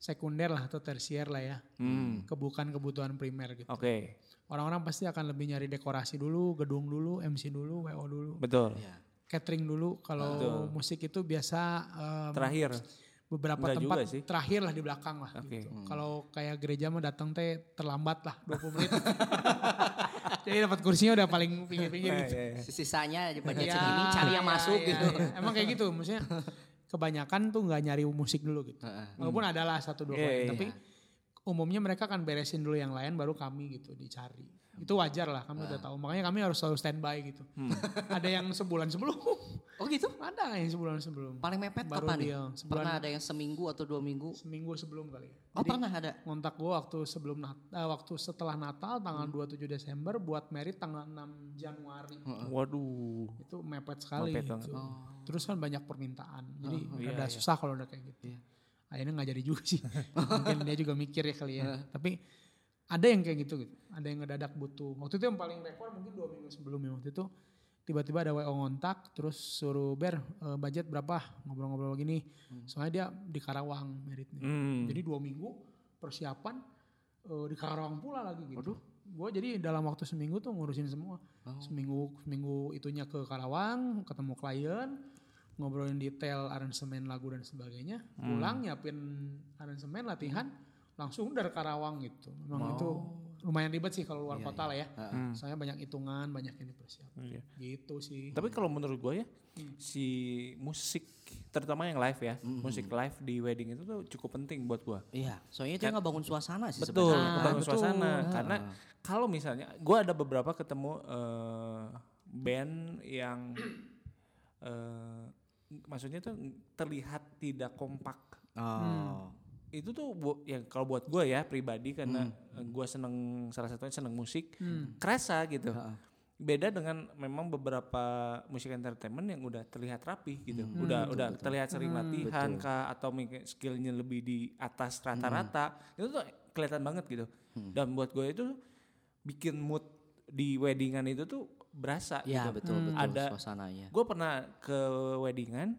C: sekunder lah atau tersier lah ya.
B: Hmm.
C: Kebukan kebutuhan primer gitu.
B: Oke,
C: Orang-orang pasti akan lebih nyari dekorasi dulu, gedung dulu, MC dulu, WO dulu,
B: betul.
A: Iya.
C: catering dulu. Kalau musik itu biasa em,
B: Terakhir.
C: beberapa
B: Enggak
C: tempat
B: juga sih.
C: terakhir lah di belakang lah
B: Oke. Hmm.
C: gitu. Kalau kayak gereja mah datang teh terlambat lah 20 menit. Jadi dapat kursinya udah paling pinggir-pinggir gitu.
B: Iya, iya.
A: Sisanya aja budget
C: Ya,
A: segini cari yang
C: ya,
A: masuk
C: ya,
A: gitu.
C: ya. Emang kayak gitu maksudnya kebanyakan tuh nggak nyari musik dulu gitu.
A: Heeh.
C: Walaupun adalah satu dua
B: Hmm. Iya,
C: koin,
B: iya.
C: tapi umumnya mereka akan beresin dulu yang lain baru kami gitu dicari. Itu wajar lah
B: Ah.
C: kami udah tahu. Makanya kami harus selalu standby gitu.
B: Hmm.
C: ada yang sebulan sebelum.
A: Oh gitu?
C: Ada yang sebulan sebelum.
A: Paling mepet
C: Baru
A: kapan nih?
C: dia sebulan-
A: Pernah ada yang seminggu atau dua minggu?
C: Seminggu sebelum kali ya.
A: Oh
C: Jadi
A: pernah ada?
C: ngontak gue waktu sebelum Nat- eh, waktu setelah Natal tanggal
B: Hmm.
C: 27 Desember buat merit tanggal 6 Januari.
B: Waduh.
C: Itu mepet sekali
B: Hmm. Mepet Oh.
C: gitu.
A: Oh.
C: Terus kan banyak permintaan. Jadi
B: iya,
C: ada
B: iya.
C: susah kalau udah kayak gitu.
A: Iya.
C: Akhirnya nggak jadi juga sih. Mungkin dia juga mikir ya kali
B: Iya.
C: ya. Tapi ada yang kayak gitu gitu. Ada yang ngedadak butuh. Waktu itu yang paling rekor mungkin dua minggu sebelumnya waktu itu tiba-tiba ada WO ngontak terus suruh ber eh, budget berapa ngobrol-ngobrol gini. Soalnya dia di Karawang meritnya.
B: Hmm.
C: Jadi dua minggu persiapan eh, di Karawang pula lagi gitu. Gue jadi dalam waktu seminggu tuh ngurusin semua.
B: Oh.
C: Seminggu seminggu itunya ke Karawang, ketemu klien, ngobrolin detail aransemen lagu dan sebagainya.
B: Hmm.
C: Pulang nyiapin aransemen latihan, langsung dari Karawang gitu. Memang itu lumayan ribet sih kalau luar kota lah ya.
B: Hmm.
C: Soalnya banyak hitungan, banyak yang dipersiapkan.
B: Iya.
C: Gitu sih.
B: Tapi kalau menurut gue ya si musik terutama yang live ya, musik live di wedding itu tuh cukup penting buat gue.
A: Iya. Soalnya itu yang ngebangun suasana sih
B: Betul,
A: sebenarnya. Nah,
B: membangun
C: Ya. betul.
B: suasana. Karena kalau misalnya, gue ada beberapa ketemu eh, band yang eh, maksudnya tuh terlihat tidak kompak.
C: Hmm.
A: Oh.
B: Itu tuh bu- ya kalau buat gue ya pribadi karena
A: Hmm.
B: gue seneng salah satunya seneng musik, kerasa gitu. Beda dengan memang beberapa musik entertainment yang udah terlihat rapi gitu,
A: Hmm,
B: udah udah terlihat sering latihan kah atau mungkin skillnya lebih di atas
A: Hmm.
B: rata-rata, itu tuh kelihatan banget gitu. Dan buat gue itu bikin mood di weddingan itu tuh berasa
A: Iya
B: gitu.
A: betul betul
B: Ada
A: suasananya.
B: Gue pernah ke weddingan,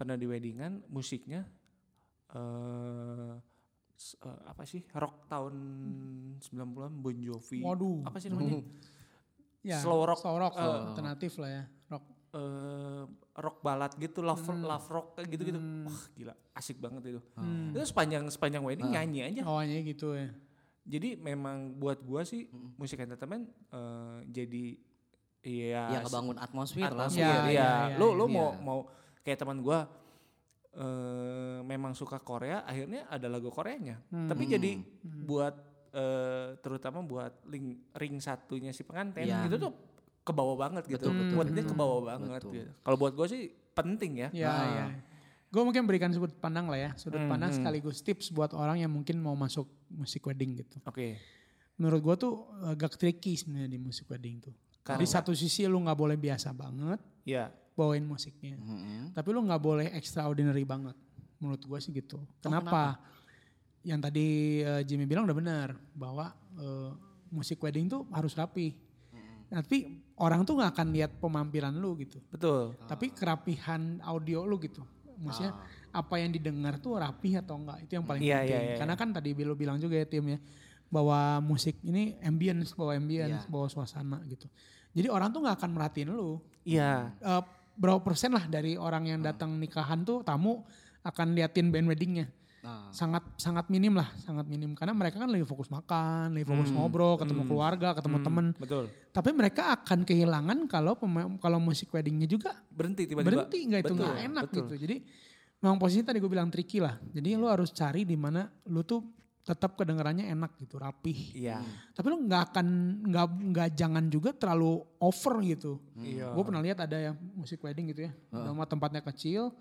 B: pernah di weddingan musiknya eh s- eh, apa sih rock tahun 90-an Bon Jovi.
C: Waduh.
B: Apa sih namanya?
C: Ya,
B: slow rock.
C: slow rock,
B: Eh,
C: alternatif lah ya. Rock.
B: eh rock balad gitu, love love rock kayak gitu-gitu. Wah, gila, asik banget itu. Itu sepanjang sepanjang wedding nyanyi aja.
C: Awalnya gitu ya.
B: Jadi memang buat gua sih musik entertainment eh, jadi iya
A: Ya ngebangun atmosfer, lah.
B: atmosfer
C: Iya,
B: ya.
C: iya, iya,
B: Lu lu
A: iya.
B: mau mau kayak teman gua eh memang suka Korea, akhirnya ada lagu Koreanya.
C: Hmm.
B: Tapi jadi buat eh, terutama buat ring ring satunya si pengantin
A: Iya.
B: itu tuh kebawa banget gitu.
A: Betul, betul,
B: buat dia
A: betul.
B: kebawa banget
A: Betul.
B: gitu. Kalau buat gua sih penting ya.
C: Ya,
A: Ah.
C: ya. Gue mungkin berikan sudut pandang lah ya, sudut
B: Hmm,
C: pandang
B: hmm.
C: sekaligus tips buat orang yang mungkin mau masuk musik wedding gitu.
B: Oke.
C: Menurut gue tuh agak tricky sebenarnya di musik wedding tuh.
B: Karena-
C: Di satu sisi lu nggak boleh biasa banget
B: Iya.
C: bawain musiknya,
A: Mm-mm.
C: tapi lu nggak boleh extraordinary banget. Menurut gue sih gitu. Kenapa? Yang tadi eh, Jimmy bilang udah benar bahwa eh, musik wedding tuh harus rapi. Tapi orang tuh nggak akan lihat penampilan lu gitu.
B: Betul.
C: tapi kerapihan audio lu gitu. Maksudnya apa yang didengar tuh rapih atau enggak itu yang paling
B: Ah. Iya,
C: penting.
B: iya, iya,
C: Karena kan tadi lu bilang juga ya tim ya bahwa musik ini ambience, bawa ambience,
A: Iya.
C: bawa suasana gitu. Jadi orang tuh nggak akan merhatiin lu.
B: Iya.
C: Eh, berapa persen lah dari orang
B: Ah.
C: yang datang nikahan tuh tamu akan liatin band weddingnya.
A: Nah,
B: Ah.
C: Sangat sangat minim lah, sangat minim karena mereka kan lebih fokus makan, lebih fokus
B: Hmm.
C: ngobrol, ketemu keluarga, ketemu temen.
B: Betul.
C: Tapi mereka akan kehilangan kalau pema- kalau musik weddingnya juga
B: Berhenti tiba-tiba.
C: berhenti nggak itu
B: Betul,
C: nggak enak
B: betul.
C: gitu jadi memang posisinya tadi gue bilang tricky lah jadi lu harus cari di mana lu tuh tetap kedengarannya enak gitu rapih
B: Iya.
C: tapi lu nggak akan nggak nggak jangan juga terlalu over gitu
B: Iya.
C: gue pernah lihat ada yang musik wedding gitu ya nama tempatnya kecil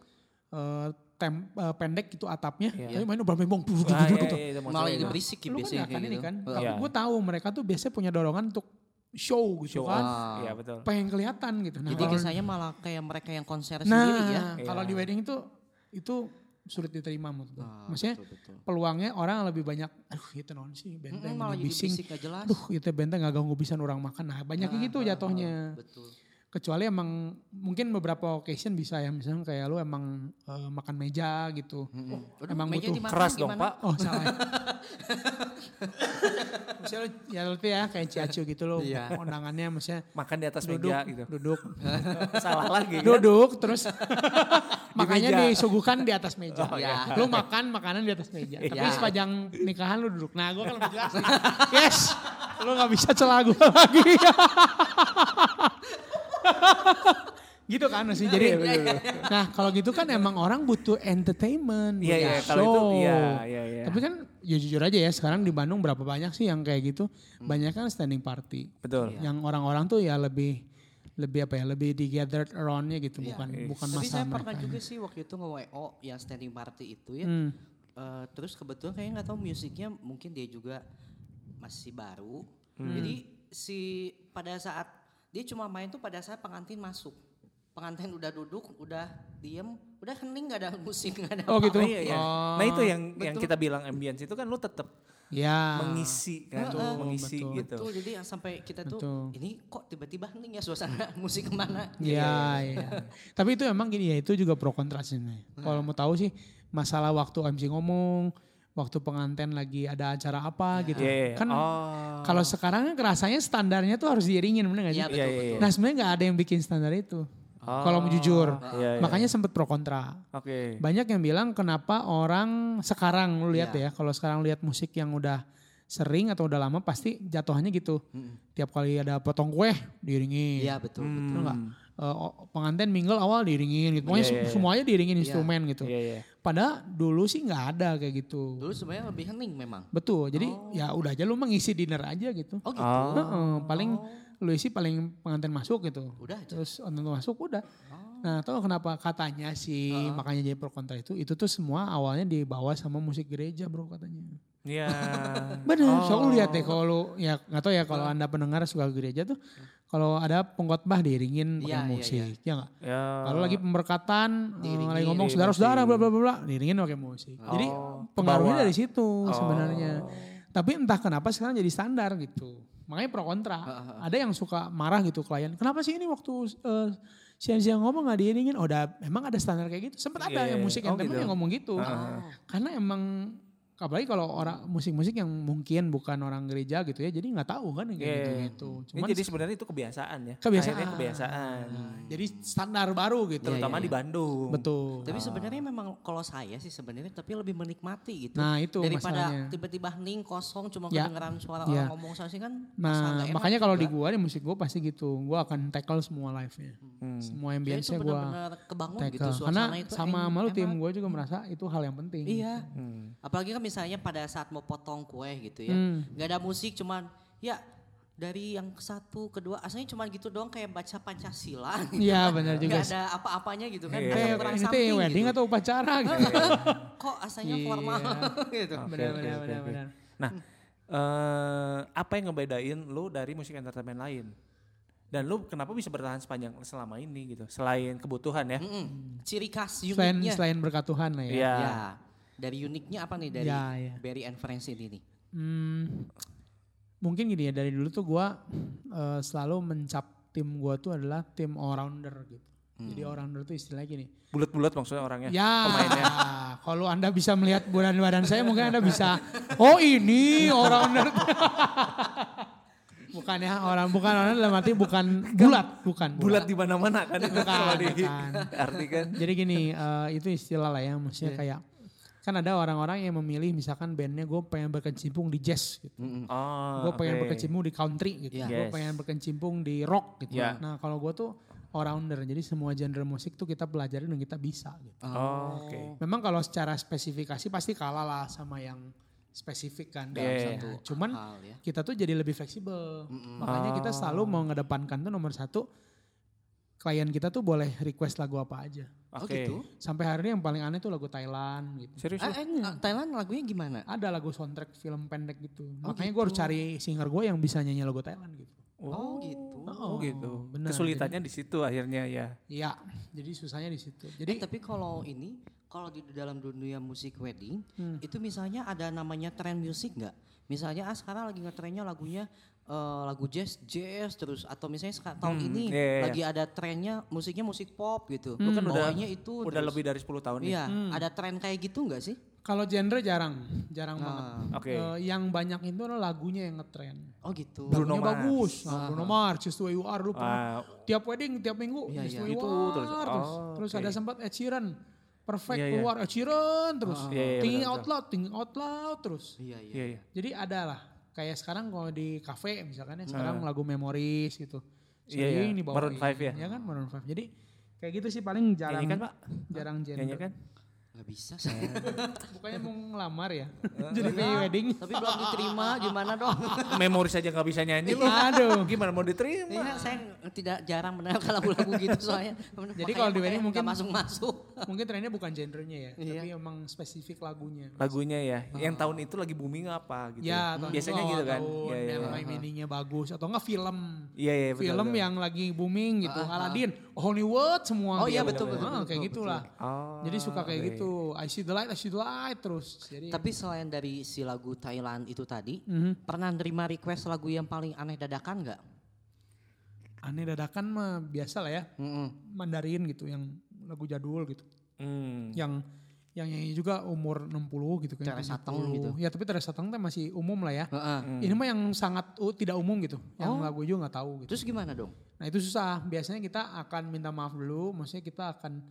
C: eh, tem- eh, pendek gitu atapnya tapi main ubah bembong
B: Ah, iya, iya, itu maksud
A: malah jadi
B: gua.
A: berisik ya
C: lu kan
A: biasanya
C: nggak akan
A: kayak
C: ini
A: gitu.
C: kan
A: Heeh.
C: tapi
B: Iya.
C: gue tahu mereka tuh biasanya punya dorongan untuk show gitu
B: Show
C: kan
B: off. Iya, betul.
C: pengen kelihatan gitu nah
A: Jadi
C: kalau-
A: kisahnya malah kayak mereka yang konser sendiri ya.
C: Nah, kalau di wedding itu itu sulit diterima menurut gue. Maksudnya
A: Ah, betul.
C: peluangnya orang lebih banyak, aduh itu non sih, benteng
A: Mm, malah jadi
C: bising.
A: bisik gak jelas.
C: Aduh itu benteng gak ganggu pisan orang makan. Nah banyak kayak gitu jatohnya.
A: Ah, Betul.
C: Kecuali emang mungkin beberapa occasion bisa ya. Misalnya kayak lu emang eh, makan meja gitu.
A: Oh, Aduh,
C: Emang
A: meja
C: butuh
A: dimakan
B: Keras dong,
A: gimana?
B: Pak.
C: Oh salah. misalnya lu, ya lu tuh ya kayak ciacu gitu loh.
A: Iya.
C: Undangannya misalnya
B: Makan di atas
C: duduk,
B: meja gitu.
C: duduk,
B: Salah lagi. kan?
C: duduk terus makanya
B: meja.
C: disuguhkan di atas meja.
A: Oh, iya.
C: Lu makan makanan di atas meja. Tapi
A: Iya.
C: sepanjang nikahan lu duduk. Nah, gua kan lebih jelas. nih. yes. Lu nggak bisa celah gua lagi. gitu kan sih jadi
B: Iya,
C: nah kalau gitu kan emang orang butuh entertainment
B: Iya,
C: butuh
B: iya, kalau itu,
C: show.
B: iya, iya, iya.
C: tapi kan ya jujur aja ya sekarang di Bandung berapa banyak sih yang kayak gitu
B: Hmm.
C: banyak kan standing party
B: Betul.
A: Iya.
C: yang orang-orang tuh ya lebih lebih apa ya lebih di gathered aroundnya gitu
A: Iya.
C: bukan bukan
A: Tapi
C: masa
A: saya
C: mereka
A: pernah juga sih waktu itu nge-WO yang standing party itu ya.
C: Hmm.
A: Eh, terus kebetulan kayaknya nggak tahu musiknya mungkin dia juga masih baru.
C: Mm.
A: Jadi si pada saat dia cuma main tuh pada saat pengantin masuk. Pengantin udah duduk, udah diem, udah hening nggak ada musik nggak ada.
C: Oh, gitu.
A: apa-apa.
B: Iya, iya.
C: Oh.
B: Nah itu yang yang
A: Betul.
B: kita bilang ambience itu kan lu tetap
C: ya
B: mengisi kan,
C: Betul,
B: mengisi
C: betul.
B: gitu.
A: Betul, jadi yang sampai kita tuh
C: Betul.
A: ini kok tiba-tiba hening ya suasana musik kemana?
C: Ya, ya. Tapi itu emang gini ya, itu juga pro kontra sih. Nay.
A: Nah.
C: Kalau mau tahu sih masalah waktu MC ngomong, waktu pengantin lagi ada acara apa gitu.
B: Iya, iya.
C: Kan
B: oh.
C: kalau sekarang kan rasanya standarnya tuh harus diiringin bener gak sih?
A: Iya betul
B: Iya, iya,
A: betul.
C: Nah sebenarnya nggak ada yang bikin standar itu.
B: Oh.
C: Kalau mau jujur,
B: Iya, iya.
C: makanya sempet pro kontra.
B: oke.
C: Banyak yang bilang kenapa orang sekarang lu lihat
A: Iya.
C: ya, kalau sekarang lihat musik yang udah sering atau udah lama pasti jatuhannya gitu. Tiap kali ada potong kue diiringin.
A: Iya betul betul.
B: Hmm.
C: Betul nggak? Eh, o- penganten mingle awal diiringin gitu. Pokoknya
B: Iya,
C: sem-
B: iya, iya.
C: semuanya diiringin instrumen gitu.
B: Iya, iya.
C: Padahal dulu sih nggak ada kayak gitu.
A: Dulu sebenarnya lebih hening memang.
C: Betul. Jadi ya udah aja lu mengisi dinner aja gitu.
A: Oh gitu.
B: Oh.
C: Heeh, paling lu isi paling pengantin masuk gitu.
A: Udah aja.
B: Iya.
A: Oh.
C: Terus pengantin masuk udah. Nah, tau kenapa katanya sih makanya jadi pro kontra itu itu tuh semua awalnya dibawa sama musik gereja, Bro katanya.
A: Hmm.
B: Iya.
C: Bener,
A: Oh.
C: so lu lihat deh kalau lu ya nggak tau ya kalau Anda pendengar suka gereja tuh kalau ada pengkhotbah diiringin
A: Hmm.
C: pakai
A: Iya, Oh. iya,
C: musik, ya nggak?
B: Ya.
C: Kalau lagi pemberkatan,
A: Diiringi,
C: eh, lagi ngomong
B: diiringi.
C: saudara-saudara bla bla bla bla, diiringin pakai musik. Jadi
A: Oh.
B: Oh.
C: pengaruhnya dari situ sebenarnya. Tapi entah kenapa sekarang jadi standar gitu. Makanya pro kontra. Ada yang suka marah gitu klien. Kenapa sih ini waktu eh, siang-siang ngomong nggak diiringin? Oh, udah emang ada standar kayak gitu. Sempat ada
B: Iya,
C: yang musik
B: oh
C: yang
B: gitu.
C: yang ngomong gitu. Karena emang apalagi kalau orang musik-musik yang mungkin bukan orang gereja gitu ya. Jadi nggak tahu kan yang kayak
B: Iya.
C: gitu-gitu.
B: Ini
C: Cuman
B: jadi sebenarnya itu kebiasaan ya.
C: Kebiasaan.
B: Akhirnya kebiasaan.
C: jadi standar baru gitu.
B: Iya, Terutama di Bandung.
C: Betul.
A: Tapi sebenarnya memang kalau saya sih sebenarnya tapi lebih menikmati gitu.
C: Nah, itu masalahnya.
A: daripada tiba-tiba hening kosong cuma
C: Ya.
A: kedengeran suara
C: Ya.
A: orang ngomong sama sih kan masa
C: Nah,
A: nggak enak
C: makanya kalau
A: juga.
C: di
A: Ya,
C: gua di musik gua pasti gitu. Gua akan tackle semua live-nya.
B: Hmm.
C: Semua
A: Saya itu
C: ambience-nya gua
A: benar-benar kebangun
C: tackle.
A: gitu suasana
C: Karena
A: itu
C: sama
A: enak,
C: sama lu tim
A: enak.
C: gua juga merasa itu hal yang penting.
A: Iya.
B: Hmm.
A: Apalagi kan misalnya pada saat mau potong kue gitu ya.
C: Hmm.
A: nggak ada musik cuman ya dari yang ke satu kedua asalnya cuman gitu doang kayak baca Pancasila. Gitu.
C: Iya, benar juga.
A: Nggak ada apa-apanya gitu kan.
B: Iya.
A: asal
C: Teh,
A: kurang
C: ini teh
A: samping
C: wedding
A: gitu.
C: atau upacara gitu.
A: Kok asalnya
B: Iya.
A: formal gitu.
B: Oke,
C: Benar,
B: oke,
C: benar,
B: oke,
C: benar,
B: oke.
C: benar.
B: Nah, eh, apa yang ngebedain lu dari musik entertainment lain? Dan lu kenapa bisa bertahan sepanjang selama ini gitu? Selain kebutuhan ya?
A: Mm-mm. Ciri khas
C: Selain
A: uniknya.
C: selain berkatuhan lah ya.
B: Iya.
A: Ya. Dari uniknya apa nih dari
C: Ya, ya.
A: Barry and Friends ini nih?
C: Hmm, mungkin gini ya dari dulu tuh gua eh, selalu mencap tim gua tuh adalah tim all rounder gitu.
A: Hmm.
C: Jadi all rounder tuh istilahnya gini.
B: Bulat-bulat maksudnya orangnya.
C: Ya, kalau Anda bisa melihat badan-badan saya mungkin Anda bisa, oh ini orang nerd. bukan ya, orang bukan orang dalam arti bukan bulat, bukan.
B: Kan Bulat di mana-mana kan itu kalau di
C: bukan.
B: arti kan.
C: Jadi gini, eh, itu istilah lah ya, maksudnya
B: Iya.
C: kayak, kan ada orang-orang yang memilih misalkan bandnya gue pengen berkecimpung di jazz gitu.
B: Oh,
C: Gue
B: oke.
C: pengen berkecimpung di country gitu.
A: Iya.
C: Gue
B: Yes.
C: pengen berkecimpung di rock gitu.
B: Iya.
C: Nah kalau gue tuh all rounder, jadi semua genre musik tuh kita pelajari dan kita bisa gitu.
B: Oh, oke.
C: Memang kalau secara spesifikasi pasti kalah lah sama yang spesifik kan dalam
B: Iya, iya.
C: satu. Cuman
A: hal ya.
C: kita tuh jadi lebih fleksibel.
B: Oh,
C: Makanya kita selalu mau ngedepankan tuh nomor satu klien kita tuh boleh request lagu apa aja.
A: Oh
B: Oke.
A: gitu.
C: Sampai hari ini yang paling aneh tuh lagu Thailand gitu.
B: Serius?
A: Ah,
B: lu?
A: eh, Thailand lagunya gimana?
C: Ada lagu soundtrack film pendek gitu.
B: Oh,
C: Makanya gue harus cari singer gue yang bisa nyanyi lagu Thailand gitu.
A: Oh, gitu.
B: Oh, gitu.
C: benar.
B: Kesulitannya di situ akhirnya ya.
C: Iya, jadi susahnya di situ.
A: Eh,
C: Jadi
A: tapi kalau ini kalau di dalam dunia musik wedding
B: Hmm.
A: itu misalnya ada namanya tren musik nggak? Misalnya ah sekarang lagi ngetrennya lagunya eh, lagu jazz jazz terus atau misalnya seka- tahun ini
B: iya, iya, iya.
A: lagi ada trennya musiknya musik pop gitu.
B: Lu kan udah
A: Bawahnya itu
B: udah
A: Oh, terus.
B: lebih dari 10 tahun nih.
A: Iya, ada tren kayak gitu nggak sih?
C: kalau genre jarang, jarang banget.
B: Ah, Oke.
C: Eh, yang banyak itu adalah lagunya yang ngetren.
A: Oh gitu.
B: Bru- Bruno
C: Lagunya
B: Mars. Ah.
C: bagus. Nah, Bruno Mars, Just the Way You Are lu pernah.
B: Wah,
C: Tiap wedding, tiap minggu
A: Iya,
C: Just
A: iya.
C: the Way You
B: Ah. Itu
C: Are.
B: terus.
C: Terus, terus,
B: Oh, oke.
C: ada sempat Ed Sheeran. Perfect
B: Iya, iya.
C: keluar Ed Sheeran terus.
B: Iya, iya,
C: thinking
B: betul,
C: out loud, thinking out loud terus.
A: Iya iya.
B: Iya, iya.
C: Jadi ada lah. Kayak sekarang kalau di kafe misalkan ya sekarang lagu Memories gitu.
B: Ah. Iya, iya.
C: Sering
B: Maroon
C: dibawain,
B: 5 ya?
C: kan Maroon 5. Jadi Kayak gitu sih paling jarang
B: Nyanyikan pak?
C: jarang gender.
B: Nyanyikan?
A: Gak bisa saya.
C: Bukannya mau ngelamar ya? Jadi PI wedding.
A: Tapi belum diterima gimana dong?
B: Memori saja nggak bisa nyanyi lu.
C: Aduh.
B: Gimana mau diterima?
A: Iya, saya tidak jarang mendengar lagu-lagu gitu soalnya.
C: Jadi kalau di wedding mungkin-
A: masuk-masuk.
C: Mungkin trennya bukan gendernya ya,
A: Iya.
C: tapi emang spesifik lagunya.
B: Lagunya ya, yang tahun itu lagi booming apa gitu.
C: Ah. Ya, tahun
B: Biasanya
C: itu,
B: gitu kan.
C: tahun
B: Iya, iya.
C: yang main meaningnya bagus atau enggak film.
B: Iya, iya, betul,
C: film ya.
B: betul.
C: yang lagi booming gitu,
A: Ah, ah.
C: Aladdin, Hollywood semua.
A: Oh iya,
C: gitu.
A: betul, betul,
C: Ah,
A: betul,
C: kayak
A: betul,
C: gitulah.
B: Oh,
C: Jadi suka kayak
B: oke.
C: gitu, I see the light, I see the light terus. Jadi mhm.
A: Tapi selain dari si lagu Thailand itu tadi, pernah nerima request lagu yang paling aneh dadakan nggak?
C: aneh dadakan mah biasa lah ya,
A: Mm-mm.
C: Mandarin gitu yang lagu jadul gitu.
B: Hmm.
C: Yang yang nyanyi juga umur 60 gitu kayaknya.
A: Teresa Teng
C: 70.
A: gitu.
C: Ya tapi Teresa Teng teh masih umum lah ya.
A: Heeh.
B: Hmm.
C: Ini mah yang sangat uh, tidak umum gitu. Yang
A: Oh.
C: lagu juga nggak tahu gitu.
A: Terus gimana dong?
C: Nah itu susah. Biasanya kita akan minta maaf dulu. Maksudnya kita akan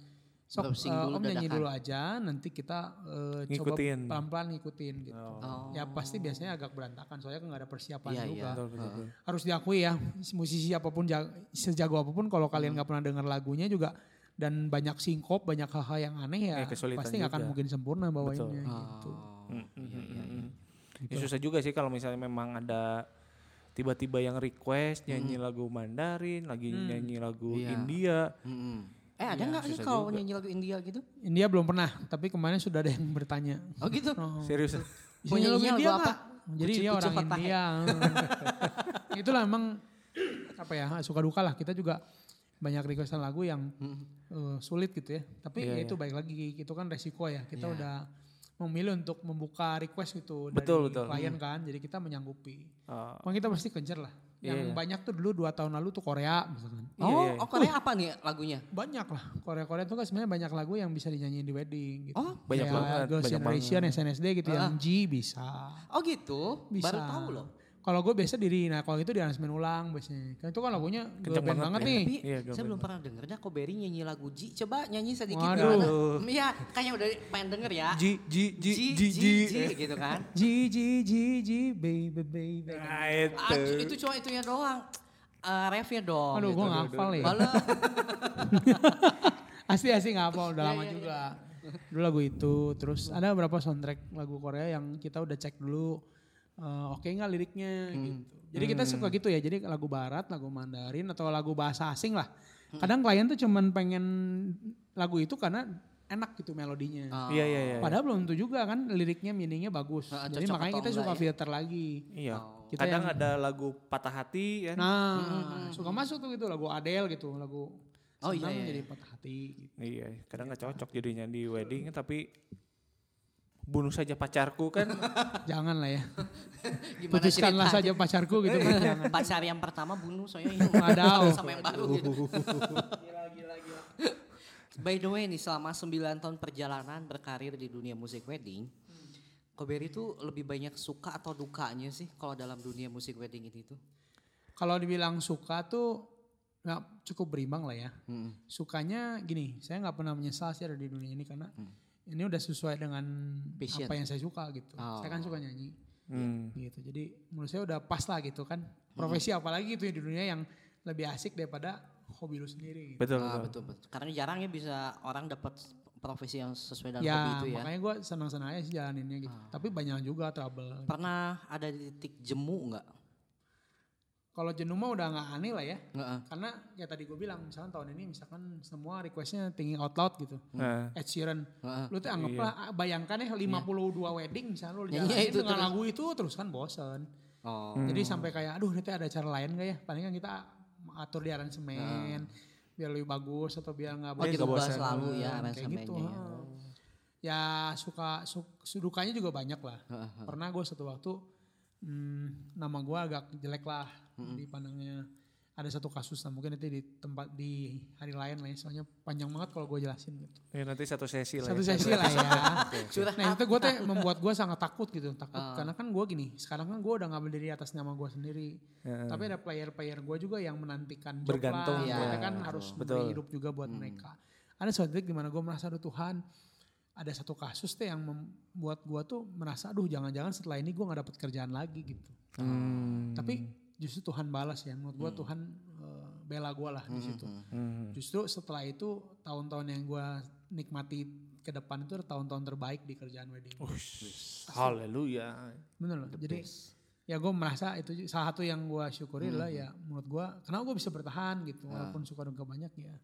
C: sok
A: Browsing
C: eh,
A: dulu
C: om nyanyi
A: dadakan.
C: dulu aja. Nanti kita eh, coba
B: Ngikutin.
C: pelan-pelan ngikutin gitu.
A: Oh.
C: Ya pasti biasanya agak berantakan. Soalnya kan nggak ada persiapan
A: Iya,
C: juga.
A: iya.
B: Betul, betul, betul.
C: Harus diakui ya musisi apapun ja- sejago apapun kalau
B: Hmm.
C: kalian nggak pernah dengar lagunya juga dan banyak singkop, banyak hal-hal yang aneh
B: Ya,
C: ya,
B: kesulitan
C: pasti nggak akan
B: juga.
C: mungkin sempurna bawainnya
A: Oh,
C: gitu.
B: Hmm,
A: iya, iya, iya.
B: Ya, susah juga sih kalau misalnya memang ada tiba-tiba yang request nyanyi
C: Hmm.
B: lagu Mandarin, lagi nyanyi lagu
A: Iya.
B: India.
A: Mm-mm. Eh ada nggak sih
B: Iya, susah
A: kalau
B: juga.
A: nyanyi lagu India gitu?
C: India belum pernah, tapi kemarin sudah ada yang bertanya.
A: Oh gitu?
B: Iya,
C: Oh.
B: Serius.
A: Punya ini
C: Isinya lagu
A: lagu
C: India
A: apa?
C: Pak. Jadi
A: Pucu-
C: dia
A: pucu
C: orang
A: Fatah.
B: ya?
C: India. Itulah emang apa ya suka duka lah kita juga banyak requestan lagu yang eh, sulit gitu ya. Tapi
B: Mm-hmm. Iya,
C: ya itu baik lagi itu kan resiko ya. Kita
A: Iya.
C: udah memilih untuk membuka request gitu
B: Betul,
C: dari
B: betul. Mm-hmm.
C: klien kan. Jadi kita menyanggupi.
B: Oh,
C: Emang kita pasti kejar lah. Yang
B: Iya, iya.
C: banyak tuh dulu dua tahun lalu tuh Korea misalkan.
A: Oh,
B: Iya, iya.
A: oh Korea apa nih lagunya?
C: Banyak lah. Korea-Korea tuh kan sebenarnya banyak lagu yang bisa dinyanyiin di wedding gitu.
A: Oh,
B: banyak
C: Kayak
B: banget, Ah.
C: Girls
B: banyak
C: Generation, SNSD gitu yang G bisa.
A: Oh gitu?
C: Bisa.
A: Baru tahu loh.
C: Kalau gue biasa diri, nah kalau itu di aransemen ulang biasanya. Kan itu kan lagunya gue
B: Kenceng
C: band
B: banget
C: banget
B: ya.
C: nih.
A: Tapi
B: Iya, gua
A: saya belum pernah denger dah kok Berry nyanyi lagu Ji. Coba nyanyi sedikit
C: Waduh.
A: gimana? Iya, kayaknya udah pengen denger ya.
C: Ah.
B: Ji ji ji ji
A: Ji,
B: ji.
A: Ji, gitu kan.
C: G G G G baby baby.
B: Nah,
A: Ah,
B: itu.
A: itu cuma itunya doang. Eh refnya dong.
C: Aduh, gue
A: gitu.
C: ngafal ya.
A: Walau-
C: Asli asli ngapal, udah
A: Iya,
C: lama
A: iya,
C: juga. Dulu lagu itu, terus ada beberapa soundtrack lagu Korea yang kita udah cek dulu. eh, Oke nggak liriknya gitu. Jadi kita suka gitu ya. Jadi lagu barat, lagu Mandarin atau lagu bahasa asing lah. Kadang klien tuh cuman pengen lagu itu karena enak gitu melodinya.
A: Ah,
B: Iya iya iya.
C: Padahal belum tentu juga kan liriknya meaningnya bagus.
A: Ah,
C: Jadi
A: cocok
C: makanya
A: atau
C: kita
A: enggak
C: suka
A: ya?
C: filter lagi.
B: Iya.
C: Kita
B: Kadang
C: yang-
B: ada lagu patah hati kan.
A: hmm,
C: Nah, suka masuk tuh gitu lagu Adele gitu, lagu
A: Oh,
C: senang
A: iya, iya,
C: jadi patah hati gitu.
B: Iya, kadang nggak cocok jadinya di wedding tapi bunuh saja pacarku kan.
C: Jangan lah ya.
A: gimana
C: Putuskanlah
A: ceritanya?
C: saja pacarku gitu kan jangan.
A: Pacar yang pertama bunuh soalnya ini
C: Wadaw.
A: sama yang baru gitu. By the way nih selama 9 tahun perjalanan berkarir di dunia musik wedding,
C: Hmm.
A: Koberi itu lebih banyak suka atau dukanya sih kalau dalam dunia musik wedding ini tuh?
C: Kalau dibilang suka tuh nggak cukup berimbang lah ya. Sukanya gini, saya nggak pernah menyesal sih ada di dunia ini karena ini udah sesuai dengan
A: Hmm. Passion.
C: apa yang saya suka gitu.
A: Oh.
C: Saya kan suka nyanyi.
B: Hmm.
C: gitu. Jadi menurut saya udah pas lah gitu kan. Profesi
A: Hmm.
C: apalagi itu di dunia yang lebih asik daripada hobi lu sendiri. gitu.
B: Betul
A: Ah, betul
B: betul.
A: betul. Karena jarang ya bisa orang dapat profesi yang sesuai dengan hobi
C: Ya,
A: itu ya. Ah.
C: makanya gue senang-senang aja sih jalaninnya gitu. Tapi banyak juga trouble.
A: Pernah ada di titik jemu nggak?
C: Kalau jenuh mah udah nggak aneh lah ya.
A: Heeh.
C: Karena ya tadi gue bilang misalkan tahun ini misalkan semua requestnya thinking out loud gitu.
B: Nah,
C: Ed Sheeran.
A: Heeh.
C: Lu tuh anggaplah bayangkan ya 52 wedding misalnya lu
A: Nyanyi
C: dijalanin
A: Iya. itu
C: dengan
A: terus.
C: lagu itu terus kan bosen.
A: Oh.
C: Jadi sampai kayak aduh nanti ada cara lain gak ya? Palingan kita atur di aransemen biar lebih bagus atau biar
A: Ah.
C: nggak
A: Oh,
B: Jadi
A: gitu
B: nggak
A: bahas
B: bosan.
A: selalu ya
C: Kayak
A: aransemennya
C: gitu,
A: ya.
C: ha. Ya suka su- sudukanya juga banyak lah.
A: Heeh.
C: Pernah gue satu waktu hmm, nama gue agak jelek lah
A: Hmm.
C: dipandangnya. Ada satu kasus nah mungkin nanti di tempat di hari lain lah ya, soalnya panjang banget kalau gue jelasin gitu.
B: ya nanti satu sesi lah.
C: Satu
B: ya.
C: sesi lah ya.
A: Curhat.
C: Nah itu gue teh membuat gue sangat takut gitu. Takut karena kan gue gini. Sekarang kan gue udah gak berdiri atas nama gue sendiri.
B: Heeh.
C: Tapi ada player-player gue juga yang menantikan job
B: Bergantung,
C: lah.
A: ya.
C: Mereka kan harus
B: Betul.
C: beri hidup juga buat mereka. Ada suatu titik dimana gue merasa aduh Tuhan. Ada satu kasus teh yang membuat gue tuh merasa aduh jangan-jangan setelah ini gue gak dapet kerjaan lagi gitu.
B: Hmm.
C: Hmm. Tapi justru Tuhan balas ya. Menurut gue Tuhan eh, bela gue lah di situ.
A: Hmm.
C: Justru setelah itu tahun-tahun yang gue nikmati ke depan itu tahun-tahun terbaik di kerjaan wedding.
A: Oh,
B: Ush, haleluya.
C: Bener loh. Jadi ya gue merasa itu ju- salah satu yang gue syukuri
A: Hmm.
C: lah ya menurut gue karena gue bisa bertahan
A: Ah.
C: gitu walaupun suka duka banyak ya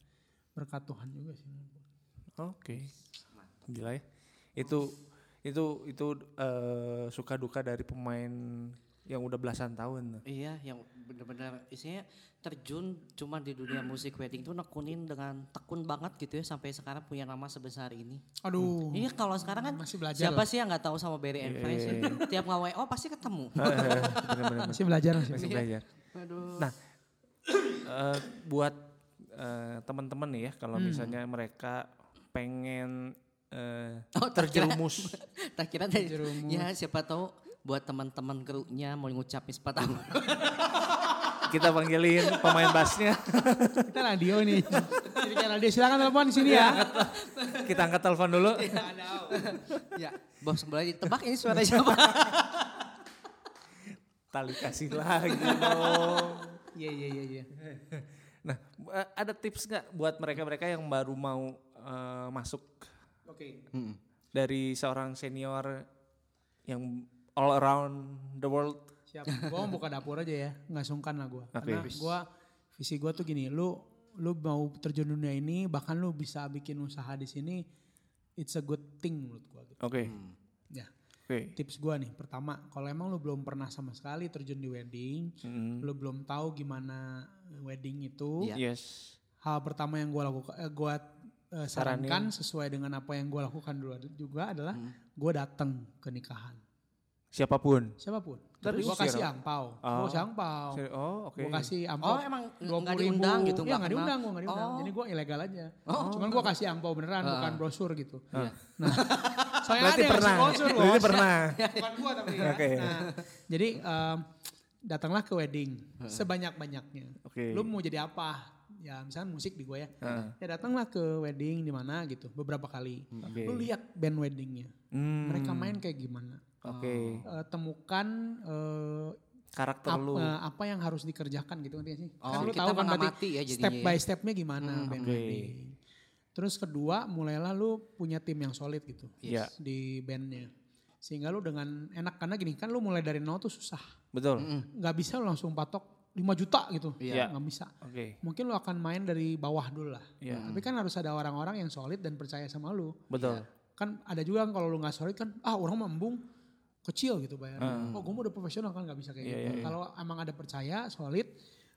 C: berkat Tuhan juga sih. menurut gua.
B: Oke. Gila ya. Itu itu itu eh, suka duka dari pemain yang udah belasan tahun.
A: Iya, yang benar-benar isinya terjun cuma di dunia musik wedding itu nekunin dengan tekun banget gitu ya sampai sekarang punya nama sebesar ini.
C: Aduh.
A: Iya, kalau sekarang kan
C: Hmm. Masih belajar
A: siapa
C: lah.
A: sih yang nggak tahu sama Barry and Friends? ya?
C: Iya.
A: Tiap ngawe oh pasti ketemu.
C: Nah.
B: Eh, Benar-benar
C: Masih belajar masih.
B: masih belajar.
A: Aduh.
B: Nah, eh, buat eh, teman-teman nih ya, kalau misalnya mereka pengen eh,
A: Oh,
B: terjerumus,
A: Tak kira tadi ya siapa tahu buat teman-teman krunya mau ngucapin sepatah
B: kita panggilin pemain bassnya,
C: Kita radio nih. Jadi kayak radio silakan telepon di sini ya.
B: kita angkat telepon dulu.
A: ya, bos sebelah ditebak ini suara siapa?
B: Tali kasih lagi dong.
C: Iya iya iya. iya.
B: Nah, eh, ada tips nggak buat mereka-mereka yang baru mau eh, masuk
C: Oke.
B: dari seorang senior yang all around the world?
C: Siap. Gue mau buka dapur aja ya. Nggak sungkan lah gue.
B: Oke.
C: Karena gue visi gue tuh gini. Lu lu mau terjun dunia ini bahkan lu bisa bikin usaha di sini. It's a good thing menurut gue. Gitu.
B: Oke,
C: Ya.
B: oke.
C: Tips gue nih pertama kalau emang lu belum pernah sama sekali terjun di wedding.
B: Mm,
C: Lu belum tahu gimana wedding itu.
B: Ya.
A: Iya.
B: Yes.
C: hal pertama yang gue lakukan eh, gua, eh, sarankan sesuai dengan apa yang gue lakukan dulu ad- juga adalah
B: Hmm.
C: gue datang ke nikahan
B: Siapapun.
C: siapapun
B: Ntar
C: gue
B: diusir
C: kasih
B: apa?
C: angpau
B: Oh.
C: gue kasih angpau
B: Seri- Oh, oke.
C: gue kasih angpau
A: Oh, emang
C: dua
A: nggak diundang gitu,
C: ya
A: nggak
C: nggak
A: kenal.
C: diundang gue nggak diundang
A: Oh.
C: jadi gue ilegal aja
A: Oh. Ah.
C: cuman gue kasih angpau beneran bukan brosur gitu
A: Iya.
C: nah soalnya
B: Berarti
C: ada yang
B: pernah.
C: kasih brosur
B: Berarti
C: bos.
B: pernah.
C: bukan gue tapi ya.
B: Oke.
C: Nah, jadi em, datanglah ke wedding sebanyak banyaknya
B: Oke. Ah,
C: lu mau jadi apa ya misalnya musik di gue ya
A: Ah.
B: Heeh.
C: ya datanglah ke wedding di mana gitu beberapa kali
B: Oke.
C: lu lihat band weddingnya
B: Hmm,
C: mereka main kayak gimana
B: Oke.
C: Eh, temukan eh,
B: Karakter
C: ap-
B: lu.
C: eh, apa yang harus dikerjakan gitu ngerti gak sih
A: Oh, kita mengamati
B: Iya
A: ya jadinya
C: step
A: ya.
C: by stepnya gimana band
B: Hmm, oke.
C: wedding terus kedua mulailah lu punya tim yang solid gitu
B: Iya.
C: di bandnya sehingga lu dengan enak karena gini kan lu mulai dari nol tuh susah
B: Betul.
C: nggak bisa lu langsung patok 5 juta gitu
B: Iya.
C: nggak bisa
B: Oke.
C: mungkin lo akan main dari bawah dulu lah.
B: Iya.
C: Tapi kan harus ada orang-orang yang solid dan percaya sama lo.
B: Betul.
C: Kan ada juga kan kalau lo nggak solid kan, ah orang membung kecil gitu bayar. Oh gue mau udah profesional kan nggak bisa kayak
B: Hmm. Iya,
C: gitu.
B: iya, iya.
C: Kalau emang ada percaya solid,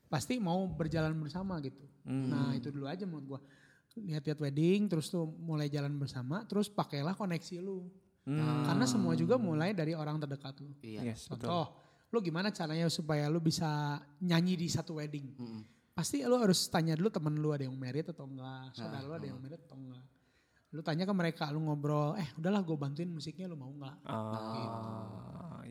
C: pasti mau berjalan bersama gitu.
B: Hmm.
C: Nah itu dulu aja menurut gue. Lihat-lihat wedding, terus tuh mulai jalan bersama, terus pakailah koneksi lu. Karena semua juga mulai dari orang terdekat lu.
A: Ah, Iya.
B: Hmm. Yes, Ah. betul.
C: nah, Contoh, lu gimana caranya supaya lu bisa nyanyi di satu wedding?
A: Iya,
C: Pasti lu harus tanya dulu temen lu ada yang merit atau enggak, saudara lu
B: Ah,
C: ada yang merit atau enggak. Lu tanya ke mereka, lu ngobrol, eh udahlah gue bantuin musiknya lu mau enggak?
B: Ah,
C: gitu.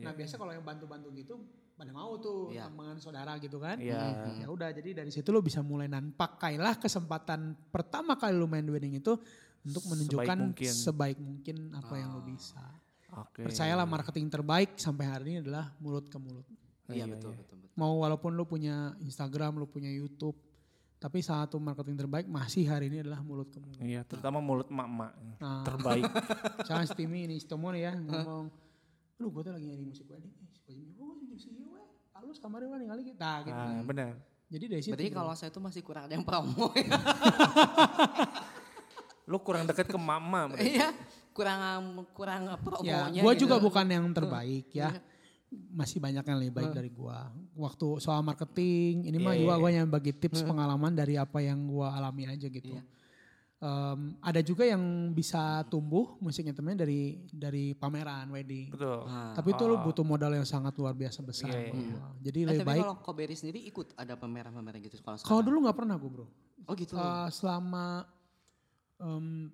C: Nah
B: iya.
C: biasa kalau yang bantu-bantu gitu pada mau tuh
A: Iya.
C: teman saudara gitu kan.
B: Iya.
C: Ya udah jadi dari situ lu bisa mulai dan pakailah kesempatan pertama kali lu main wedding itu untuk menunjukkan sebaik
B: mungkin.
C: mungkin, apa yang lu bisa.
B: Oke.
C: Percayalah marketing terbaik sampai hari ini adalah mulut ke mulut.
A: Iya betul betul betul.
C: mau walaupun lu punya Instagram, lu punya YouTube, tapi salah satu marketing terbaik masih hari ini adalah mulut ke mulut.
B: Iya, terutama mulut emak-emak.
C: Nah.
B: Terbaik.
C: Misalnya si Timmy ini, si Tomo nih ya ngomong, aduh gue tuh lagi nyari musik wedding, eh si Kojimu, oh si Jepsi ya weh, halus kamarnya weh ningali kita. Nah, gitu.
B: Ah, benar.
C: Jadi dari situ.
A: Berarti kalau saya tuh masih kurang ada yang promo
C: Iya.
A: ya.
B: Lu kurang deket ke mama. berarti.
A: Iya, kurang kurang promonya.
C: ya, gue
A: gitu.
C: juga bukan yang terbaik
B: Iya.
C: ya. Masih banyak yang lebih baik dari gua. Waktu soal marketing, ini mah
B: Iya,
C: juga
B: iya,
C: gua yang bagi tips pengalaman dari apa yang gua alami aja
B: Iya.
C: gitu. Em, ada juga yang bisa tumbuh musiknya temen dari dari pameran wedding.
B: Betul.
A: Ah.
C: Tapi itu lu butuh modal yang sangat luar biasa besar.
B: Ah. Iya, iya,
C: menurut gua. Jadi
A: Eh,
C: lebih
A: tapi
C: baik.
A: kalau Koberi sendiri ikut ada pameran-pameran gitu kalau
C: Kalau
A: sekarang.
C: dulu nggak pernah gue bro.
A: Oh gitu.
C: Eh, selama em,